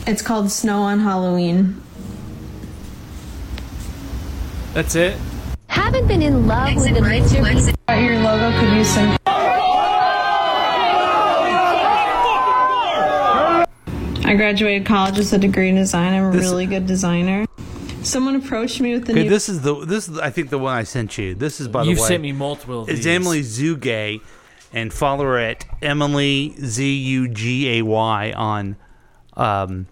[SPEAKER 12] it's called Snow on Halloween.
[SPEAKER 8] That's it.
[SPEAKER 11] Haven't been in love with an interview.
[SPEAKER 12] Your logo could use some. I graduated college with a degree in design. I'm a
[SPEAKER 7] This-
[SPEAKER 12] really good designer. Someone approached me with the
[SPEAKER 7] Okay,
[SPEAKER 12] new.
[SPEAKER 7] this is the this is I think the one I sent you. This is by the
[SPEAKER 8] You've
[SPEAKER 7] way.
[SPEAKER 8] sent me multiple of
[SPEAKER 7] It's
[SPEAKER 8] these.
[SPEAKER 7] Emily Zugay, and follow her at Emily Z U G A Y on, um,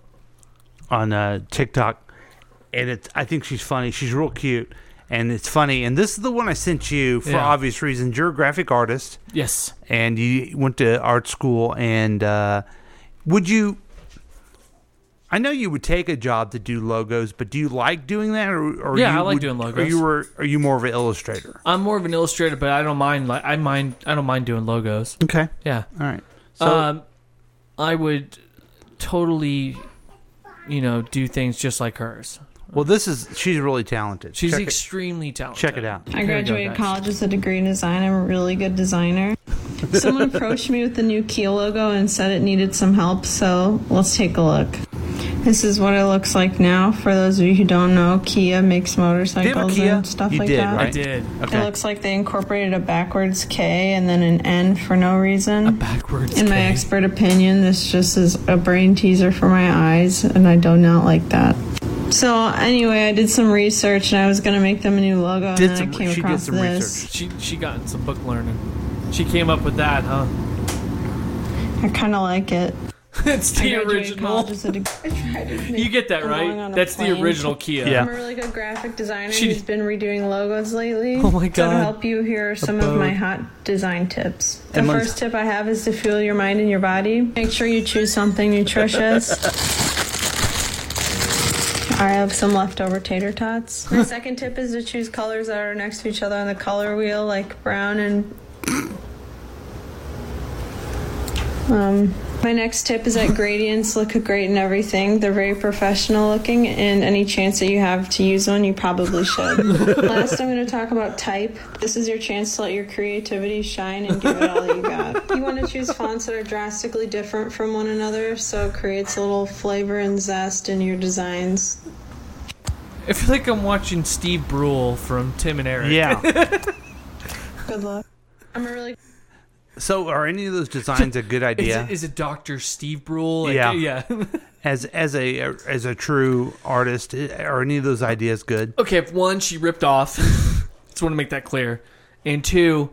[SPEAKER 7] on uh, TikTok, and it's I think she's funny. She's real cute, and it's funny. And this is the one I sent you for
[SPEAKER 8] Yeah.
[SPEAKER 7] obvious reasons. You're a graphic artist.
[SPEAKER 8] Yes.
[SPEAKER 7] And you went to art school, and uh, would you? I know you would take a job to do logos, but do you like doing that, or, or
[SPEAKER 8] Yeah,
[SPEAKER 7] you
[SPEAKER 8] I like
[SPEAKER 7] would-
[SPEAKER 8] doing
[SPEAKER 7] Or
[SPEAKER 8] logos.
[SPEAKER 7] you were, are you more of an illustrator?
[SPEAKER 8] I'm more of an illustrator, but I don't mind. Like I mind, I don't mind doing logos.
[SPEAKER 7] Okay.
[SPEAKER 8] Yeah.
[SPEAKER 7] All right. So-
[SPEAKER 8] um, I would totally, you know, do things just like hers.
[SPEAKER 7] Well, this is she's really talented.
[SPEAKER 8] She's
[SPEAKER 7] Check it-
[SPEAKER 8] extremely talented.
[SPEAKER 7] Check it out.
[SPEAKER 12] I graduated college with a degree in design. I'm a really good designer. Someone approached me with the new Kia logo and said it needed some help, so let's take a look. This is what it looks like now. For those of you who don't know, Kia makes motorcycles
[SPEAKER 8] Kia?
[SPEAKER 12] and stuff
[SPEAKER 8] You
[SPEAKER 12] like
[SPEAKER 8] did,
[SPEAKER 12] that.
[SPEAKER 8] right? I did. Okay.
[SPEAKER 12] It looks like they incorporated a backwards K and then an N for no reason. A
[SPEAKER 8] backwards
[SPEAKER 12] In my expert opinion, this just is a brain teaser for my eyes, and I do not like that. So anyway, I did some research and I was gonna make them a new logo, and
[SPEAKER 8] Did
[SPEAKER 12] then
[SPEAKER 8] some-
[SPEAKER 12] I came
[SPEAKER 8] she did
[SPEAKER 12] across
[SPEAKER 8] some
[SPEAKER 12] this.
[SPEAKER 8] She she got some book learning. She came up with that, huh?
[SPEAKER 12] I kind of like it.
[SPEAKER 8] it's
[SPEAKER 12] I
[SPEAKER 8] the
[SPEAKER 12] graduated
[SPEAKER 8] original.
[SPEAKER 12] college as a deg-
[SPEAKER 8] You get that
[SPEAKER 12] I'm going on
[SPEAKER 8] right?
[SPEAKER 12] a
[SPEAKER 8] That's the
[SPEAKER 12] plane.
[SPEAKER 8] original Kia.
[SPEAKER 12] I'm a really good graphic designer
[SPEAKER 8] She-
[SPEAKER 12] who's been redoing logos lately.
[SPEAKER 8] Oh my
[SPEAKER 12] So to
[SPEAKER 8] God.
[SPEAKER 12] help you, here are some
[SPEAKER 8] boat.
[SPEAKER 12] of my hot design tips. The
[SPEAKER 8] Emily's-
[SPEAKER 12] first tip I have is to fuel your mind and your body. Make sure you choose something nutritious. I have some leftover tater tots. My second tip is to choose colors that are next to each other on the color wheel, like brown and. Um, my next tip is that gradients look great in everything. They're very professional looking, and any chance that you have to use one, you probably should. Last, I'm going to talk about type. This is your chance to let your creativity shine and give it all that you got. You want to choose fonts that are drastically different from one another, so it creates a little flavor and zest in your designs.
[SPEAKER 8] I feel like I'm watching Steve Brule from Tim and Eric.
[SPEAKER 7] Yeah.
[SPEAKER 12] Good luck. I'm a really
[SPEAKER 7] So, are any of those designs a good idea?
[SPEAKER 8] Is, it, is it Doctor Steve Brule? Like,
[SPEAKER 7] yeah,
[SPEAKER 8] Yeah.
[SPEAKER 7] as as a as a true artist, are any of those ideas good?
[SPEAKER 8] Okay, if one, she ripped off. Just want to make that clear. And two,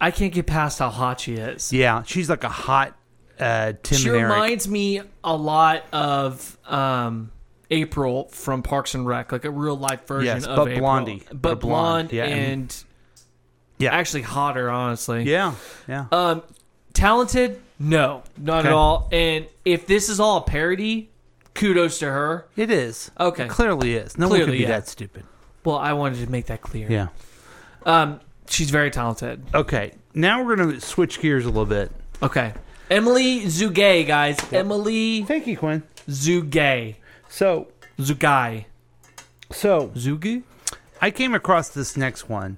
[SPEAKER 8] I can't get past how hot she is.
[SPEAKER 7] Yeah, she's like a hot uh, Tim
[SPEAKER 8] she
[SPEAKER 7] and Eric.
[SPEAKER 8] reminds me a lot of um, April from Parks and Rec, like a real life version
[SPEAKER 7] Yes,
[SPEAKER 8] of
[SPEAKER 7] but
[SPEAKER 8] April.
[SPEAKER 7] blondie,
[SPEAKER 8] but,
[SPEAKER 7] but a blonde,
[SPEAKER 8] blonde,
[SPEAKER 7] yeah, and-
[SPEAKER 8] and yeah, actually hotter, honestly.
[SPEAKER 7] Yeah, yeah.
[SPEAKER 8] Um, talented? No, not at
[SPEAKER 7] Okay.
[SPEAKER 8] all. And if this is all a parody, kudos to her.
[SPEAKER 7] It is
[SPEAKER 8] okay.
[SPEAKER 7] It clearly is. No one could be
[SPEAKER 8] yeah.
[SPEAKER 7] that stupid.
[SPEAKER 8] Well, I wanted to make that clear.
[SPEAKER 7] Yeah.
[SPEAKER 8] Um, she's very talented.
[SPEAKER 7] Okay, now we're gonna switch gears a little bit.
[SPEAKER 8] Okay. Emily Zugay, guys. Emily.
[SPEAKER 7] Thank you, Quinn.
[SPEAKER 8] Zugay.
[SPEAKER 7] So.
[SPEAKER 8] Zugay.
[SPEAKER 7] So.
[SPEAKER 8] Zugu.
[SPEAKER 7] I came across this next one,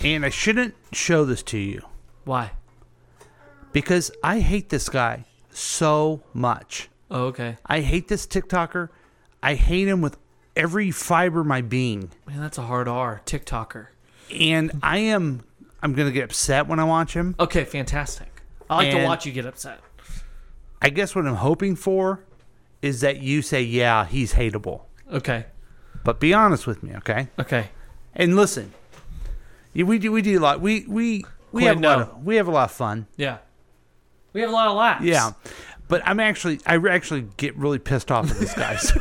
[SPEAKER 7] and I shouldn't show this to you.
[SPEAKER 8] Why?
[SPEAKER 7] Because I hate this guy so much.
[SPEAKER 8] Oh, okay.
[SPEAKER 7] I hate this TikToker. I hate him with every fiber of my being.
[SPEAKER 8] Man, that's a hard R. TikToker.
[SPEAKER 7] And I am I'm gonna get upset when I watch him.
[SPEAKER 8] Okay, fantastic. I like to
[SPEAKER 7] And-
[SPEAKER 8] watch you get upset.
[SPEAKER 7] I guess what I'm hoping for is that you say, yeah, he's hateable.
[SPEAKER 8] Okay.
[SPEAKER 7] But be honest with me, okay?
[SPEAKER 8] Okay.
[SPEAKER 7] And listen, yeah, we do we do a lot. We we we
[SPEAKER 8] Quinn,
[SPEAKER 7] have a lot
[SPEAKER 8] no.
[SPEAKER 7] of, we have a lot of fun.
[SPEAKER 8] Yeah. We have a lot of laughs.
[SPEAKER 7] Yeah, but I'm actually I actually get really pissed off at this guy. So,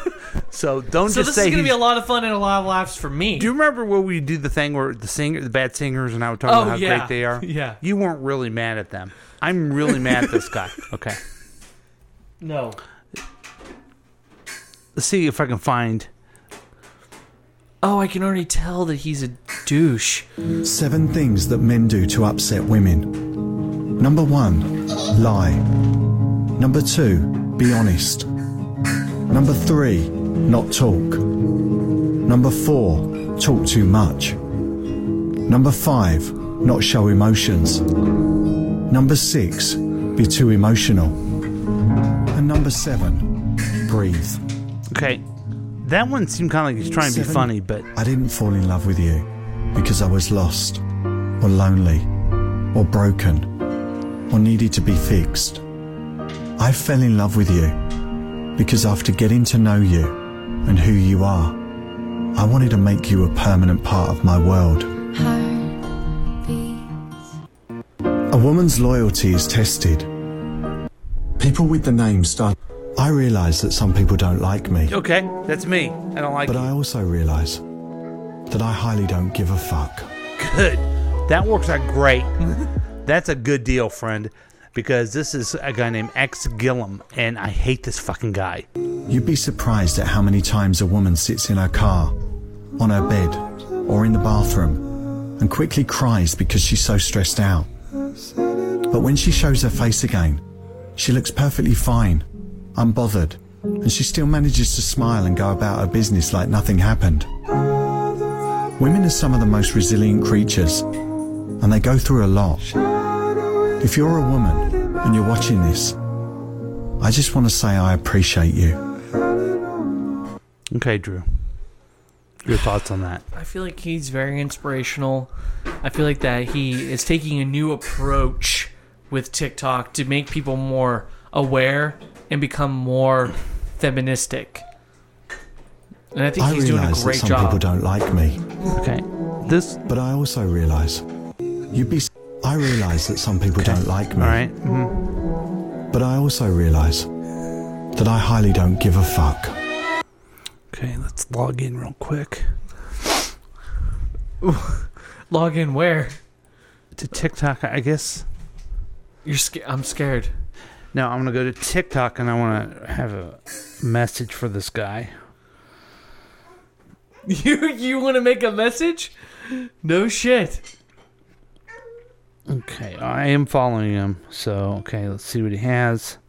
[SPEAKER 7] So don't
[SPEAKER 8] so
[SPEAKER 7] just
[SPEAKER 8] this
[SPEAKER 7] say
[SPEAKER 8] is gonna
[SPEAKER 7] he's-
[SPEAKER 8] be a lot of fun and a lot of laughs for me.
[SPEAKER 7] Do you remember when we did the thing where the singer, the bad singers, and I was talking
[SPEAKER 8] Oh,
[SPEAKER 7] about how
[SPEAKER 8] yeah.
[SPEAKER 7] great they are?
[SPEAKER 8] Yeah.
[SPEAKER 7] You weren't really mad at them. I'm really mad at this guy. Okay.
[SPEAKER 8] No.
[SPEAKER 7] Let's see if I can find.
[SPEAKER 8] Oh, I can already tell that he's a douche.
[SPEAKER 13] Seven things that men do to upset women. Number one, lie. Number two, be honest. Number three, not talk. Number four, talk too much. Number five, not show emotions. Number six, be too emotional. And number seven, breathe.
[SPEAKER 7] Okay. That one seemed kind of like he's trying to be
[SPEAKER 13] Seven,
[SPEAKER 7] funny, but
[SPEAKER 13] I didn't fall in love with you because I was lost, or lonely, or broken, or needed to be fixed. I fell in love with you because after getting to know you and who you are, I wanted to make you a permanent part of my world. A woman's loyalty is tested. People with the name start. I realise that some people don't like me.
[SPEAKER 7] okay, that's me. I don't like
[SPEAKER 13] But I also realise that I highly don't give a fuck.
[SPEAKER 7] good. That works out great. That's a good deal, friend, because this is a guy named X Gillum, and I hate this fucking guy.
[SPEAKER 13] You'd be surprised at how many times a woman sits in her car, on her bed, or in the bathroom and quickly cries because she's so stressed out. But when she shows her face again, she looks perfectly fine, unbothered, and she still manages to smile and go about her business like nothing happened. Women are some of the most resilient creatures, and they go through a lot. If you're a woman and you're watching this, I just want to say I appreciate you.
[SPEAKER 7] Okay, Drew. Your thoughts on that?
[SPEAKER 8] I feel like he's very inspirational. I feel like that he is taking a new approach with TikTok to make people more aware and become more feministic. And I think he's doing a
[SPEAKER 13] realise
[SPEAKER 8] great
[SPEAKER 13] that some
[SPEAKER 8] job.
[SPEAKER 13] people don't like me.
[SPEAKER 7] Okay. This.
[SPEAKER 13] But I also realize you'd be. s- I realize that some people don't like me. All
[SPEAKER 7] right. mm-hmm.
[SPEAKER 13] But I also realize that I highly don't give a fuck.
[SPEAKER 7] Okay, let's log in real quick
[SPEAKER 8] Log in where?
[SPEAKER 7] to TikTok, I guess.
[SPEAKER 8] You're sca- I'm scared.
[SPEAKER 7] No, I'm gonna go to TikTok and I want to have a message for this guy.
[SPEAKER 8] You you want to make a message? No shit.
[SPEAKER 7] Okay, I am following him. So, okay, let's see what he has.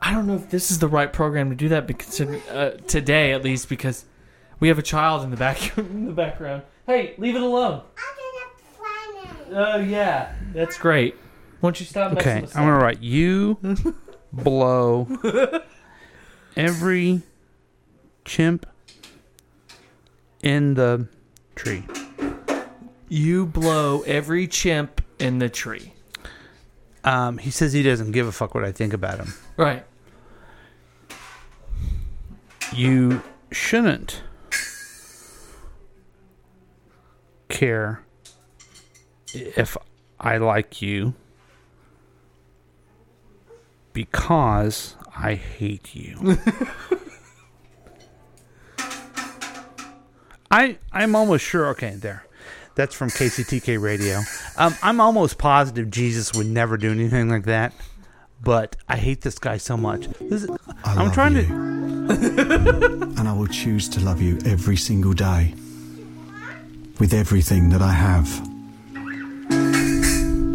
[SPEAKER 8] I don't know if this is the right program to do that because uh, today at least because we have a child in the back in the background. Hey, leave it alone. Oh yeah, that's great. Why don't you stop messing
[SPEAKER 7] Okay, I'm
[SPEAKER 8] with stuff?
[SPEAKER 7] gonna write you blow every chimp in the tree.
[SPEAKER 8] You blow every chimp in the tree.
[SPEAKER 7] Um, he says he doesn't give a fuck what I think about him.
[SPEAKER 8] Right.
[SPEAKER 7] You shouldn't care if I like you because I hate you. I I'm almost sure. Okay, there. That's from KCTK Radio. Um, I'm almost positive Jesus would never do anything like that, but I hate this guy so much. This is, I'm
[SPEAKER 13] love
[SPEAKER 7] trying to.
[SPEAKER 13] and I will choose to love you every single day with everything that I have.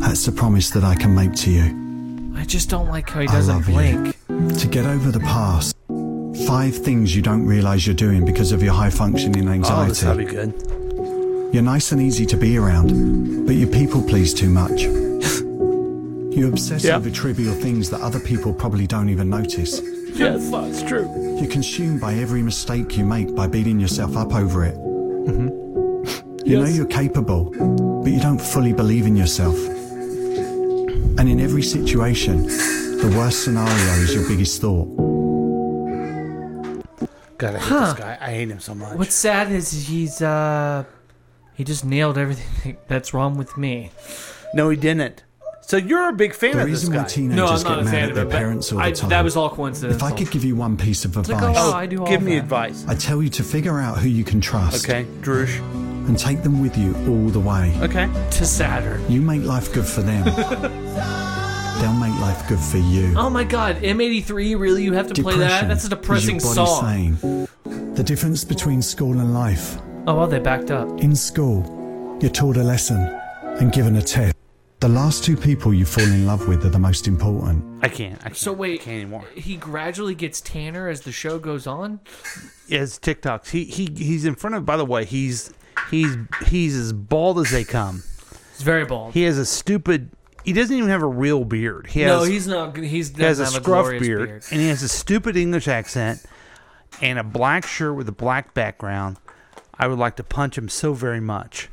[SPEAKER 13] That's the promise that I can make to you.
[SPEAKER 8] I just don't like how he
[SPEAKER 13] I
[SPEAKER 8] doesn't
[SPEAKER 13] love you.
[SPEAKER 8] blink.
[SPEAKER 13] To get over the past, five things you don't realize you're doing because of your high functioning
[SPEAKER 7] Oh,
[SPEAKER 13] anxiety.
[SPEAKER 7] this will be good.
[SPEAKER 13] You're nice and easy to be around, but you people please too much. You obsess
[SPEAKER 7] Yeah.
[SPEAKER 13] over trivial things that other people probably don't even notice.
[SPEAKER 7] Yes, that's true.
[SPEAKER 13] You're consumed by every mistake you make by beating yourself up over it. You know you're capable, but you don't fully believe in yourself. And in every situation, the worst scenario is your biggest thought.
[SPEAKER 7] God, I hate
[SPEAKER 8] Huh.
[SPEAKER 7] this guy. I hate him so much.
[SPEAKER 8] What's sad is he's uh he just nailed everything that's wrong with me.
[SPEAKER 7] No, he didn't. So you're a big fan
[SPEAKER 13] The
[SPEAKER 7] of this
[SPEAKER 13] reason
[SPEAKER 7] guy.
[SPEAKER 13] why teenagers get mad at their parents all the time. If I could give you one piece of
[SPEAKER 7] like,
[SPEAKER 13] advice,
[SPEAKER 7] oh, I do all give me that. advice.
[SPEAKER 13] I tell you to figure out who you can trust.
[SPEAKER 7] Okay, Drush.
[SPEAKER 13] And take them with you all the way.
[SPEAKER 7] Okay.
[SPEAKER 8] To Saturn.
[SPEAKER 13] You make life good for them. They'll make life good for you.
[SPEAKER 8] Oh my god, M83, really? You have to play that? That's a depressing
[SPEAKER 13] Depression is your
[SPEAKER 8] song.
[SPEAKER 13] body Saying, the difference between school and life.
[SPEAKER 8] Oh, well, they backed up.
[SPEAKER 13] In school, you're taught a lesson and given a test. The last two people you fall in love with are the most important.
[SPEAKER 7] I can't. I can't.
[SPEAKER 8] So wait, he gradually gets tanner as the show goes on?
[SPEAKER 7] Yeah, his TikToks. He he he's in front of. By the way, he's he's he's as bald as they come.
[SPEAKER 8] He's very bald.
[SPEAKER 7] He has a stupid. He doesn't even have a real beard. He
[SPEAKER 8] no,
[SPEAKER 7] has,
[SPEAKER 8] he's not. good- He's
[SPEAKER 7] He has a
[SPEAKER 8] doesn't have
[SPEAKER 7] scruff
[SPEAKER 8] glorious
[SPEAKER 7] beard, and he has a stupid English accent and a black shirt with a black background. I would like to punch him so very much.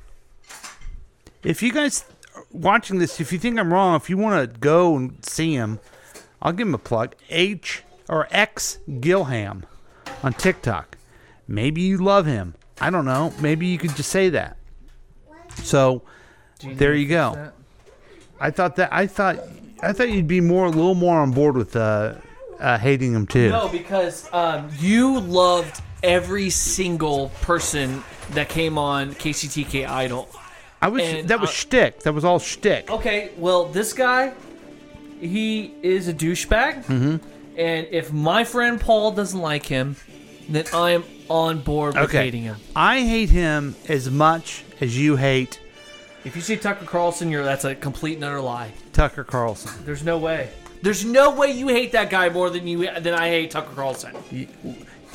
[SPEAKER 7] If you guys are watching this, if you think I'm wrong, if you want to go and see him, I'll give him a plug. H or X Gilham on TikTok. Maybe you love him. I don't know. Maybe you could just say that. So there you go. I thought that I thought I thought you'd be more a little more on board with uh, uh, hating him too.
[SPEAKER 8] No, because um, you loved every single person that came on KCTK Idol.
[SPEAKER 7] I was
[SPEAKER 8] And
[SPEAKER 7] that was
[SPEAKER 8] I-
[SPEAKER 7] shtick. That was all shtick.
[SPEAKER 8] Okay, well, this guy, he is a douchebag.
[SPEAKER 7] hmm
[SPEAKER 8] And if my friend Paul doesn't like him, then I am on board with
[SPEAKER 7] Okay,
[SPEAKER 8] hating him.
[SPEAKER 7] I hate him as much as you hate
[SPEAKER 8] If you see Tucker Carlson, you're that's a complete and utter lie.
[SPEAKER 7] Tucker Carlson.
[SPEAKER 8] There's no way. There's no way you hate that guy more than you than I hate Tucker Carlson.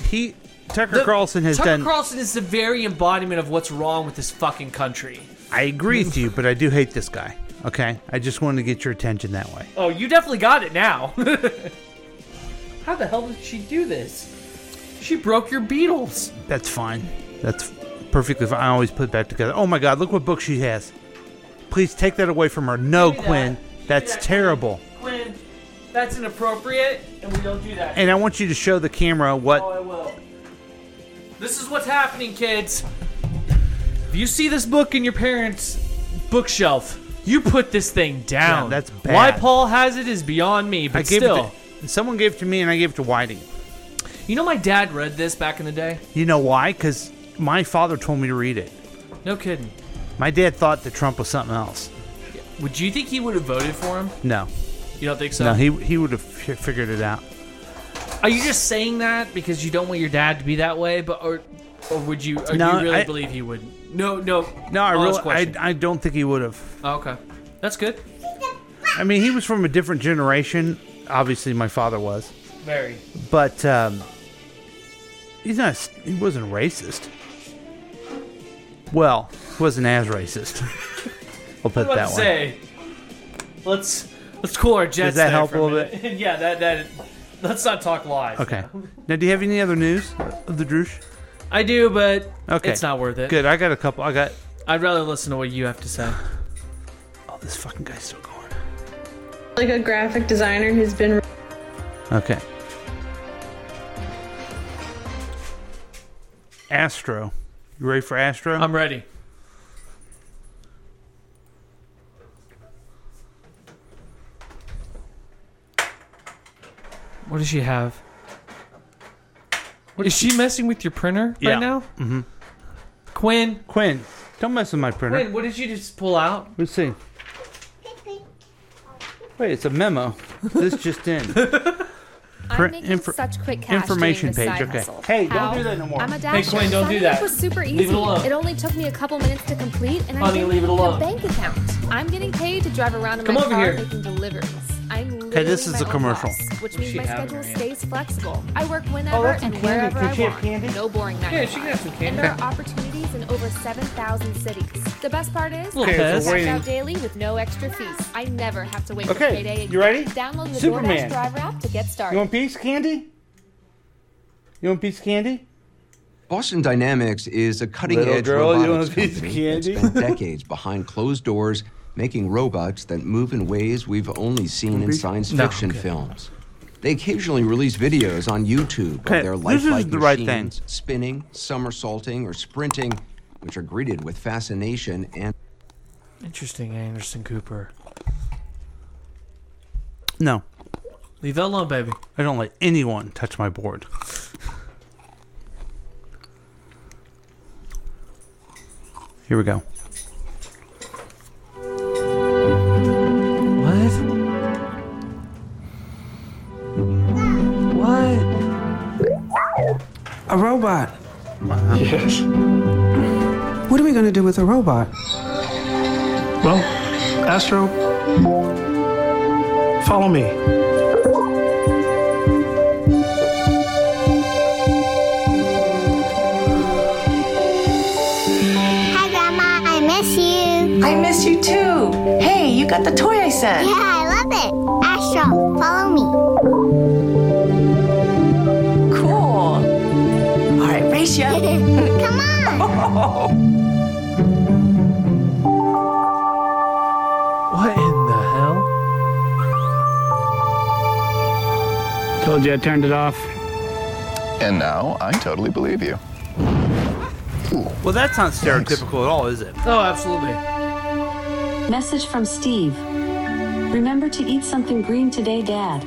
[SPEAKER 7] He Tucker Carlson has
[SPEAKER 8] Tucker
[SPEAKER 7] done.
[SPEAKER 8] Carlson is the very embodiment of what's wrong with this fucking country.
[SPEAKER 7] I agree with you, but I do hate this guy. Okay, I just wanted to get your attention that way.
[SPEAKER 8] Oh, you definitely got it now. How the hell did she do this? She broke your Beatles.
[SPEAKER 7] That's fine. That's perfectly fine. I always put it back together. Oh my God! Look what book she has. Please take that away from her. No, Quinn. That's terrible.
[SPEAKER 8] Quinn, that's inappropriate, and we don't do that. Oh,
[SPEAKER 7] And I want you to show the camera what.
[SPEAKER 8] I will. This is what's happening, kids. If you see this book in your parents' bookshelf, you put this thing down.
[SPEAKER 7] Yeah, that's bad.
[SPEAKER 8] Why Paul has it is beyond me, but
[SPEAKER 7] I gave
[SPEAKER 8] still.
[SPEAKER 7] It to, someone gave it to me, and I gave it to Whitey.
[SPEAKER 8] You know, my dad read this back in the day.
[SPEAKER 7] You know why? Because my father told me to read it.
[SPEAKER 8] No kidding.
[SPEAKER 7] My dad thought that Trump was something else.
[SPEAKER 8] Would you think he would have voted for him?
[SPEAKER 7] No,
[SPEAKER 8] You don't think so?
[SPEAKER 7] no, he he would have fi- figured it out.
[SPEAKER 8] Are you just saying that because you don't want your dad to be that way, but or, or would you? Or do
[SPEAKER 7] No,
[SPEAKER 8] you really
[SPEAKER 7] I-
[SPEAKER 8] believe he would? No, no,
[SPEAKER 7] No, I
[SPEAKER 8] Honest
[SPEAKER 7] really,
[SPEAKER 8] question.
[SPEAKER 7] I, I don't think he would have.
[SPEAKER 8] Oh, okay, that's good.
[SPEAKER 7] I mean, he was from a different generation. Obviously, my father was,
[SPEAKER 8] Very.
[SPEAKER 7] but um, he's not. He wasn't racist. Well, he wasn't as racist. we'll put it
[SPEAKER 8] I was
[SPEAKER 7] that
[SPEAKER 8] about
[SPEAKER 7] way.
[SPEAKER 8] to say, let's let's cool our jets.
[SPEAKER 7] Does that
[SPEAKER 8] there
[SPEAKER 7] help
[SPEAKER 8] for
[SPEAKER 7] a little
[SPEAKER 8] minute. yeah, that that. Let's not talk lies.
[SPEAKER 7] Okay. Now, do you have any other news of the Drush?
[SPEAKER 8] I do, but
[SPEAKER 7] Okay.
[SPEAKER 8] it's not worth it.
[SPEAKER 7] Good. I got a couple. I got.
[SPEAKER 8] I'd rather listen to what you have to say.
[SPEAKER 7] Oh, this fucking guy's still going.
[SPEAKER 12] Like a graphic designer who's been
[SPEAKER 7] Okay. Astro. You ready for Astro?
[SPEAKER 8] I'm ready. What does she have? What is she messing with your printer
[SPEAKER 7] Yeah.
[SPEAKER 8] right now?
[SPEAKER 7] Mm-hmm.
[SPEAKER 8] Quinn.
[SPEAKER 7] Quinn, don't mess with my printer.
[SPEAKER 8] Quinn, what did you just pull out?
[SPEAKER 7] Let's see. Wait, it's a memo. This just in. Print infor-
[SPEAKER 11] such quick cash
[SPEAKER 7] information
[SPEAKER 11] doing
[SPEAKER 7] page.
[SPEAKER 11] this side
[SPEAKER 7] Okay.
[SPEAKER 11] hustle.
[SPEAKER 7] Hey, don't
[SPEAKER 11] How?
[SPEAKER 7] do that no more.
[SPEAKER 11] I'm a
[SPEAKER 7] Hey,
[SPEAKER 11] dasher.
[SPEAKER 7] Quinn, don't do
[SPEAKER 11] Signing
[SPEAKER 7] that.
[SPEAKER 11] up was super easy.
[SPEAKER 7] Leave it alone.
[SPEAKER 11] only took me a couple minutes to complete, and
[SPEAKER 7] Honey,
[SPEAKER 11] I didn't
[SPEAKER 7] leave it
[SPEAKER 11] even have
[SPEAKER 7] alone.
[SPEAKER 11] a bank account. I'm getting paid to drive around in
[SPEAKER 7] Come
[SPEAKER 11] my
[SPEAKER 7] over
[SPEAKER 11] car
[SPEAKER 7] here.
[SPEAKER 11] making deliveries. I'm literally
[SPEAKER 7] Okay, this is
[SPEAKER 11] my
[SPEAKER 7] a
[SPEAKER 11] own
[SPEAKER 7] commercial.
[SPEAKER 11] boss, which
[SPEAKER 7] What's
[SPEAKER 11] means
[SPEAKER 7] she
[SPEAKER 11] my
[SPEAKER 7] have in
[SPEAKER 11] schedule
[SPEAKER 7] her hand?
[SPEAKER 11] stays flexible. I work
[SPEAKER 7] Oh,
[SPEAKER 11] whenever
[SPEAKER 8] that's some
[SPEAKER 11] and
[SPEAKER 8] candy.
[SPEAKER 11] wherever
[SPEAKER 8] Can
[SPEAKER 11] I
[SPEAKER 8] she have
[SPEAKER 11] want.
[SPEAKER 8] candy?
[SPEAKER 11] No boring night.
[SPEAKER 8] Yeah, she can have some candy.
[SPEAKER 11] And there are opportunities in over 7,000 cities. The best part is,
[SPEAKER 8] Little Okay, so piss.
[SPEAKER 11] check
[SPEAKER 8] waiting.
[SPEAKER 11] out daily with no extra fees. I never have to wait
[SPEAKER 7] Okay,
[SPEAKER 11] for payday.
[SPEAKER 7] you ready?
[SPEAKER 11] Download the
[SPEAKER 7] Superman.
[SPEAKER 11] DoorDash driver app to get started.
[SPEAKER 7] You want a piece of candy? You want a piece of candy?
[SPEAKER 14] Boston Dynamics is a cutting
[SPEAKER 7] Little
[SPEAKER 14] edge
[SPEAKER 7] girl, you
[SPEAKER 14] robotics
[SPEAKER 7] want a piece of
[SPEAKER 14] company that's
[SPEAKER 7] candy?
[SPEAKER 14] been decades behind closed doors, making robots that move in ways we've only seen in science
[SPEAKER 7] No,
[SPEAKER 14] fiction
[SPEAKER 7] okay.
[SPEAKER 14] films. They occasionally release videos on YouTube
[SPEAKER 7] Okay,
[SPEAKER 14] of their
[SPEAKER 7] this is
[SPEAKER 14] lifelike
[SPEAKER 7] the right
[SPEAKER 14] machines spinning, somersaulting, or sprinting, which are greeted with fascination and
[SPEAKER 8] Interesting, Anderson Cooper.
[SPEAKER 7] No.
[SPEAKER 8] Leave that alone, baby.
[SPEAKER 7] I don't let anyone touch my board. Here we go.
[SPEAKER 8] What? What?
[SPEAKER 15] A robot. Yes. What are we going to do with a robot? Well, Astro, follow me.
[SPEAKER 9] Hi, Grandma. I miss you.
[SPEAKER 16] I miss you too. Hey, you got the toy I sent.
[SPEAKER 9] Yeah, I love it. Astro, follow me.
[SPEAKER 16] Cool. All right, race ya.
[SPEAKER 9] Come on.
[SPEAKER 8] What in the hell?
[SPEAKER 17] Told you I turned it off. And now I totally believe you.
[SPEAKER 7] Well, that's not stereotypical at all, is it?
[SPEAKER 8] Oh, absolutely.
[SPEAKER 18] Message from Steve. Remember to eat something green today, Dad.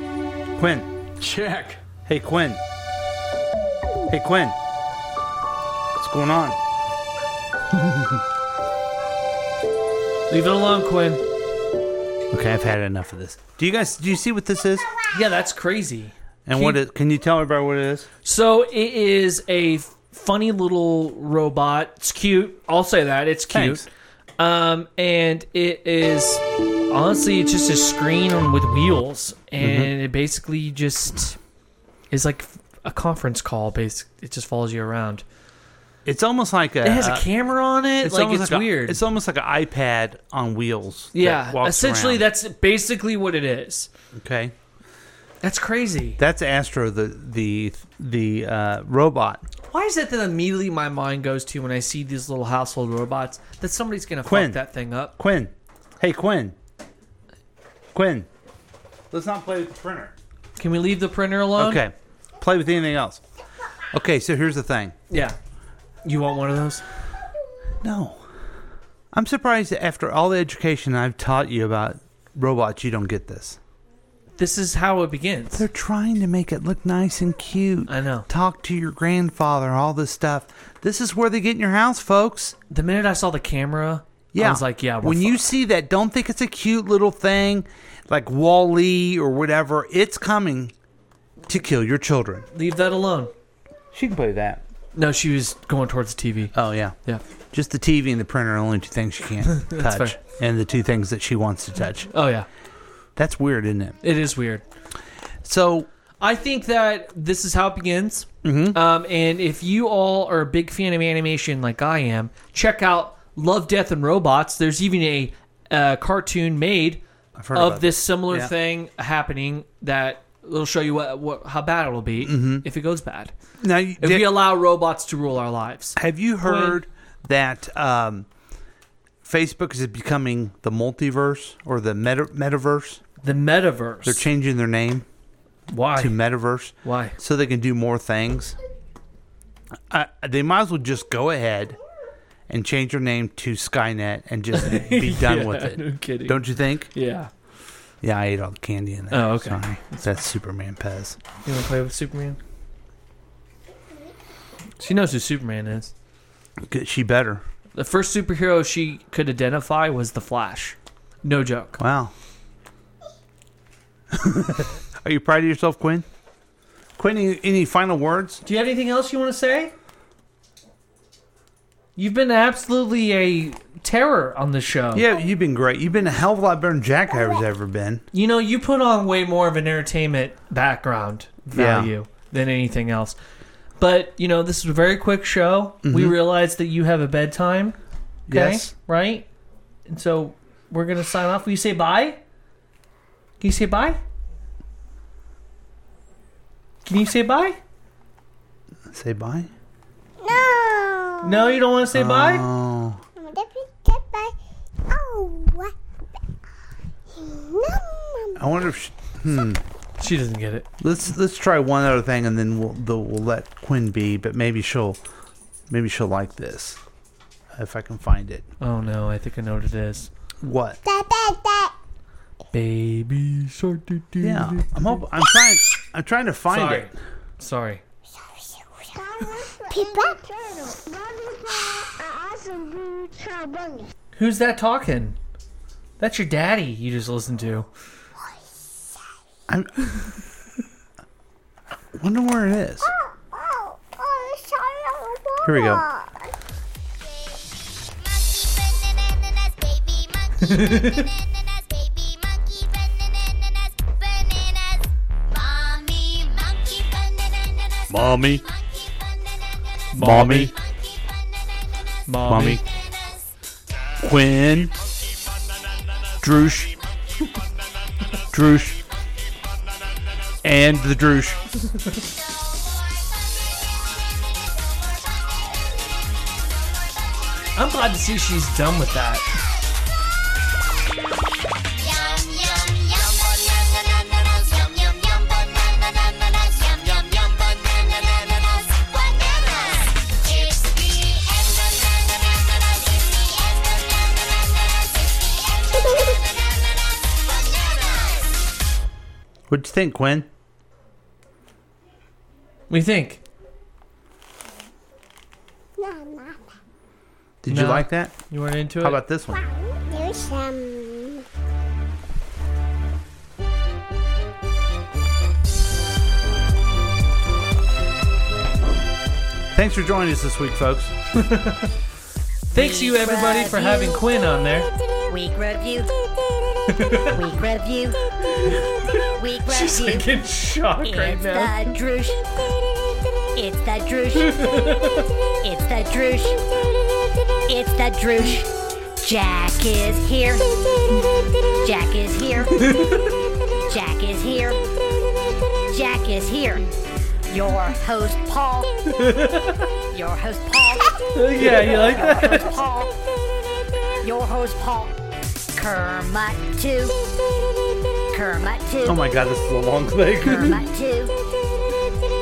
[SPEAKER 7] Quinn. Check. Hey, Quinn. Hey, Quinn. What's going on?
[SPEAKER 8] Leave it alone, Quinn.
[SPEAKER 7] Okay, I've had enough of this. Do you guys do you see what this is?
[SPEAKER 8] Yeah, that's crazy.
[SPEAKER 7] And what it, can you tell everybody what it is?
[SPEAKER 8] So it is a funny little robot. It's cute. I'll say that it's cute.
[SPEAKER 7] Thanks.
[SPEAKER 8] Um, and it is honestly it's just a screen on with wheels, and
[SPEAKER 7] Mm-hmm.
[SPEAKER 8] it basically just is like a conference call. Basic, it just follows you around.
[SPEAKER 7] It's almost like a. uh,
[SPEAKER 8] It has a camera on it. like
[SPEAKER 7] almost
[SPEAKER 8] it's
[SPEAKER 7] like a-
[SPEAKER 8] weird.
[SPEAKER 7] it's almost like an iPad on wheels. that
[SPEAKER 8] yeah,
[SPEAKER 7] walks
[SPEAKER 8] essentially
[SPEAKER 7] around.
[SPEAKER 8] that's basically what it is.
[SPEAKER 7] Okay.
[SPEAKER 8] That's crazy.
[SPEAKER 7] That's Astro, the the the uh, robot.
[SPEAKER 8] Why is it that immediately my mind goes to when I see these little household robots that somebody's gonna
[SPEAKER 7] Quinn.
[SPEAKER 8] fuck that thing up?
[SPEAKER 7] Quinn, hey Quinn, Quinn. Let's not play with the printer.
[SPEAKER 8] Can we leave the printer alone?
[SPEAKER 7] Okay, play with anything else. Okay, so here's the thing.
[SPEAKER 8] Yeah. You want one of those?
[SPEAKER 7] No. I'm surprised that after all the education I've taught you about robots, you don't get this.
[SPEAKER 8] This is how it begins.
[SPEAKER 7] They're trying to make it look nice and cute.
[SPEAKER 8] I know.
[SPEAKER 7] Talk to your grandfather, all this stuff. This is where they get in your house, folks.
[SPEAKER 8] The minute I saw the camera,
[SPEAKER 7] yeah.
[SPEAKER 8] I was like, yeah, we're
[SPEAKER 7] When you see that, don't think it's a cute little thing like Wally or whatever. It's coming to kill your children.
[SPEAKER 8] Leave that alone.
[SPEAKER 7] She can play that.
[SPEAKER 8] No, she was going towards the TV.
[SPEAKER 7] Oh yeah,
[SPEAKER 8] yeah.
[SPEAKER 7] Just the TV and the printer are the only two things she can't
[SPEAKER 8] That's
[SPEAKER 7] touch,
[SPEAKER 8] fair.
[SPEAKER 7] and the two things that she wants to touch.
[SPEAKER 8] Oh yeah,
[SPEAKER 7] that's weird, isn't it?
[SPEAKER 8] It is weird.
[SPEAKER 7] So
[SPEAKER 8] I think that this is how it begins.
[SPEAKER 7] Mm-hmm.
[SPEAKER 8] Um, and if you all are a big fan of animation like I am, check out Love, Death, and Robots. There's even a uh, cartoon made
[SPEAKER 7] heard
[SPEAKER 8] of
[SPEAKER 7] about
[SPEAKER 8] this
[SPEAKER 7] this.
[SPEAKER 8] similar
[SPEAKER 7] Yeah.
[SPEAKER 8] thing happening that will show you what, what how bad it'll be
[SPEAKER 7] Mhm.
[SPEAKER 8] if it goes bad.
[SPEAKER 7] Now, you-
[SPEAKER 8] if
[SPEAKER 7] did-
[SPEAKER 8] we allow robots to rule our lives,
[SPEAKER 7] Have you heard that um, Facebook is becoming the multiverse or the meta- metaverse?
[SPEAKER 8] The metaverse.
[SPEAKER 7] They're changing their name.
[SPEAKER 8] Why?
[SPEAKER 7] To metaverse.
[SPEAKER 8] Why?
[SPEAKER 7] So they can do more things. I, they might as well just go ahead and change their name to Skynet and just be done
[SPEAKER 8] Yeah,
[SPEAKER 7] with it.
[SPEAKER 8] no kidding.
[SPEAKER 7] Don't you think?
[SPEAKER 8] Yeah.
[SPEAKER 7] Yeah, I ate all the candy in there.
[SPEAKER 8] Oh, okay.
[SPEAKER 7] Sorry. That's Superman Pez.
[SPEAKER 8] You want to play with Superman? She knows who Superman is.
[SPEAKER 7] She better.
[SPEAKER 8] The first superhero she could identify was the Flash. No joke.
[SPEAKER 7] Wow. Are you proud of yourself, Quinn? Quinn, any, any final words?
[SPEAKER 8] Do you have anything else you want to say? You've been absolutely a terror on the show.
[SPEAKER 7] Yeah, you've been great. You've been a hell of a lot better than Jack has ever been.
[SPEAKER 8] You know, you put on way more of an entertainment background
[SPEAKER 7] Yeah.
[SPEAKER 8] value than anything else. But, you know, this is a very quick show. We
[SPEAKER 7] Mhm.
[SPEAKER 8] realize that you have a bedtime. Okay?
[SPEAKER 7] Yes.
[SPEAKER 8] Right? And so we're going to sign off. Will you say bye? Can you say bye? Can you say bye?
[SPEAKER 7] Say bye.
[SPEAKER 8] No, you don't want to say bye?
[SPEAKER 7] Oh. I wonder if she, hmm.
[SPEAKER 8] she doesn't get it.
[SPEAKER 7] Let's let's try one other thing and then we'll the, we'll let Quinn be, but maybe she'll maybe she'll like this if I can find it.
[SPEAKER 8] Oh no, I think I know what it is.
[SPEAKER 7] What?
[SPEAKER 8] Baby shark. doo doo
[SPEAKER 7] Yeah,
[SPEAKER 8] doo
[SPEAKER 7] I'm hop- I'm trying. I'm trying to find
[SPEAKER 8] Sorry.
[SPEAKER 7] it.
[SPEAKER 8] Sorry. Who's that talking? That's your daddy you just listened to.
[SPEAKER 7] I'm wonder where it is. Here we go.
[SPEAKER 3] Mommy.
[SPEAKER 7] Mommy.
[SPEAKER 8] Mommy.
[SPEAKER 7] Quinn. Droosh. Droosh. And the Droosh.
[SPEAKER 8] I'm glad to see she's done with that.
[SPEAKER 7] What'd you think, Quinn?
[SPEAKER 8] We think.
[SPEAKER 7] Did you
[SPEAKER 8] No.
[SPEAKER 7] like that?
[SPEAKER 8] You weren't into
[SPEAKER 7] How
[SPEAKER 8] it?
[SPEAKER 7] about this one? Thanks for joining us this week, folks.
[SPEAKER 8] Thanks you everybody for having Quinn on there.
[SPEAKER 19] Week review. Week review. Week review.
[SPEAKER 8] She's like in shock
[SPEAKER 19] it's
[SPEAKER 8] right now.
[SPEAKER 19] the droosh. It's the droosh. it's the droosh. It's the droosh. Jack is here. Jack is here. Jack is here. Jack is here. Your host Paul. Your host Paul.
[SPEAKER 8] Yeah, you like that?
[SPEAKER 19] Your host Paul. Your host Paul. Kermit two. Kermit two.
[SPEAKER 7] Oh my god, this is a long thing.
[SPEAKER 19] Kermit two.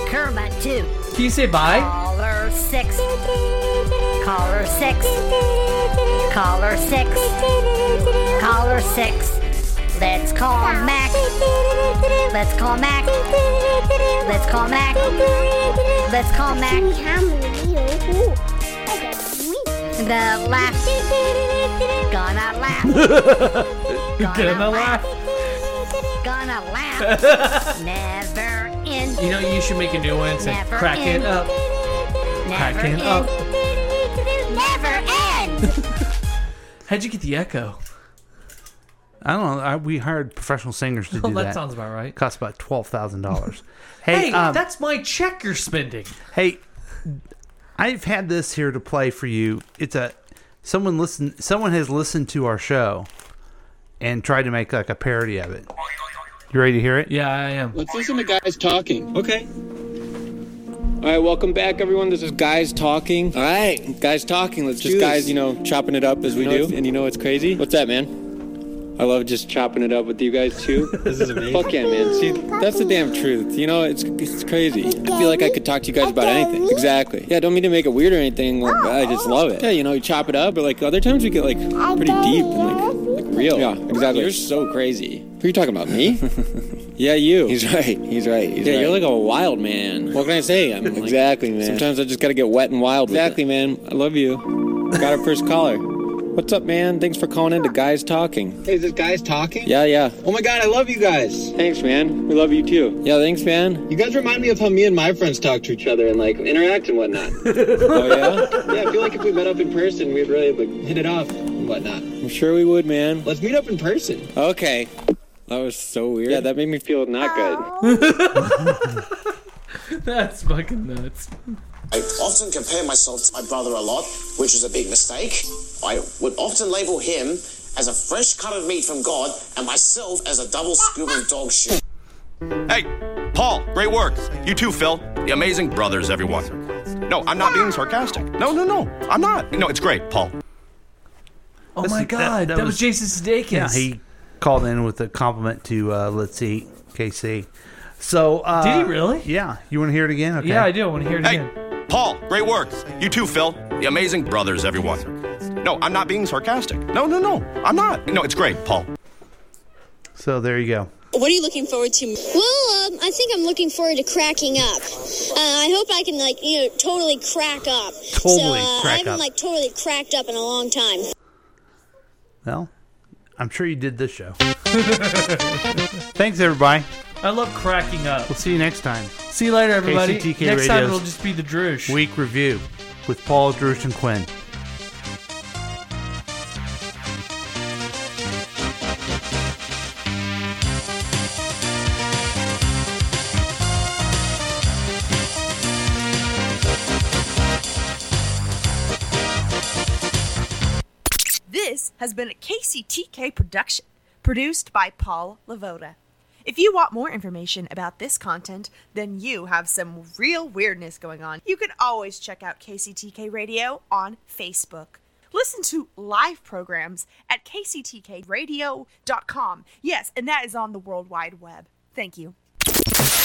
[SPEAKER 19] Kermit two.
[SPEAKER 8] Can you say bye?
[SPEAKER 19] Caller six. Caller six. Caller six. Caller six. Let's call Mac. Let's call Mac. Let's call Mac. Let's call Mac. The laugh. Gonna laugh.
[SPEAKER 8] Gonna laugh.
[SPEAKER 19] Gonna laugh. Never end.
[SPEAKER 8] You know you should make a new one and say
[SPEAKER 19] Never
[SPEAKER 8] crack it
[SPEAKER 19] end.
[SPEAKER 8] up.
[SPEAKER 19] Never
[SPEAKER 8] Crack it
[SPEAKER 19] end.
[SPEAKER 8] up.
[SPEAKER 19] Never end.
[SPEAKER 8] How'd you get the echo?
[SPEAKER 7] I don't know. I, we hired professional singers to do
[SPEAKER 8] Well,
[SPEAKER 7] that.
[SPEAKER 8] that sounds about right.
[SPEAKER 7] Cost about twelve thousand dollars.
[SPEAKER 8] Hey,
[SPEAKER 7] hey, um,
[SPEAKER 8] that's my check you're spending.
[SPEAKER 7] Hey, I've had this here to play for you. It's a someone listen. Someone has listened to our show and tried to make like a parody of it. You ready to hear it?
[SPEAKER 8] Yeah, I am.
[SPEAKER 20] Let's listen to guys talking. Okay. All right, welcome back, everyone. This is guys talking. All right, guys talking. Let's just
[SPEAKER 21] do this.
[SPEAKER 20] guys, you know, chopping it up as we
[SPEAKER 21] You know
[SPEAKER 20] do.
[SPEAKER 21] it's-
[SPEAKER 20] And you know what's crazy? What's that, man? I love just chopping it up with you guys too. this is amazing. Fuck yeah, man. See, that's the damn truth. You know, it's it's crazy. I feel like I could talk to you guys about anything. Exactly. Yeah, don't mean to make it weird or anything. like, I just love it. Yeah, you know, you chop it up, but like other times we get like pretty deep and like like real. Yeah, exactly. You're so crazy. Who are you talking about? Me? yeah, you. He's right. He's right. yeah, you're like a wild man. What can I say? I'm exactly, man. Sometimes I just gotta get wet and wild. Exactly, man. I love you. Got our first caller. What's up, man? Thanks for calling in to Guys Talking.
[SPEAKER 21] Hey, is this guy's talking?
[SPEAKER 20] Yeah, yeah.
[SPEAKER 21] Oh my god, I love you guys.
[SPEAKER 20] Thanks, man. We love you too. Yeah, thanks, man.
[SPEAKER 21] You guys remind me of how me and my friends talk to each other and like interact and whatnot.
[SPEAKER 20] Oh,
[SPEAKER 21] yeah? Yeah, I feel like if we met up in person, we'd really like hit it off and whatnot.
[SPEAKER 20] I'm sure we would, man.
[SPEAKER 21] Let's meet up in person.
[SPEAKER 20] Okay. That was so weird. Yeah, that made me feel not good.
[SPEAKER 8] That's fucking nuts.
[SPEAKER 22] I often compare myself to my brother a lot, which is a big mistake. I would often label him as a fresh cut of meat from God and myself as a double scoop of dog shit.
[SPEAKER 23] Hey, Paul, great work. You too, Phil. The amazing brothers, everyone. No, I'm not being sarcastic. No, no, no. I'm not. No, it's great, Paul.
[SPEAKER 8] Oh
[SPEAKER 7] Listen,
[SPEAKER 8] my
[SPEAKER 7] that-
[SPEAKER 8] god, that,
[SPEAKER 7] that
[SPEAKER 8] was,
[SPEAKER 7] was-
[SPEAKER 8] Jason Sudeikis.
[SPEAKER 7] Yeah, he called in with a compliment to uh, Let's Eat KC. So uh,
[SPEAKER 23] Did he
[SPEAKER 7] really? Yeah. You want to hear it again? Okay.
[SPEAKER 23] Yeah, I
[SPEAKER 8] do. I want to hear it
[SPEAKER 23] Hey, Paul, great work. You too, Phil. The amazing brothers, everyone. No, I'm not being sarcastic. No, no, no. I'm not. No, it's great, Paul.
[SPEAKER 7] So there you go.
[SPEAKER 24] What are you looking forward to?
[SPEAKER 25] Well, um, I think I'm looking forward to cracking up. Uh, I hope I can, like, you know, totally crack up. so
[SPEAKER 7] Totally
[SPEAKER 25] uh,
[SPEAKER 7] crack
[SPEAKER 25] I haven't,
[SPEAKER 7] up.
[SPEAKER 25] like, totally cracked up in a long time.
[SPEAKER 7] Well, I'm sure you did this show. Thanks, everybody.
[SPEAKER 8] I love cracking up.
[SPEAKER 7] We'll see you next time.
[SPEAKER 8] See you later, everybody.
[SPEAKER 7] KCTK
[SPEAKER 8] Next time
[SPEAKER 7] Radio's
[SPEAKER 8] it'll just be the Drush.
[SPEAKER 7] Week review with Paul, Drush, and Quinn.
[SPEAKER 6] This has been a KCTK production, produced by Paul Lavoda. If you want more information about this content, then you have some real weirdness going on. You can always check out KCTK Radio on Facebook. Listen to live programs at kctkradio.com. Yes, and that is on the World Wide Web. Thank you.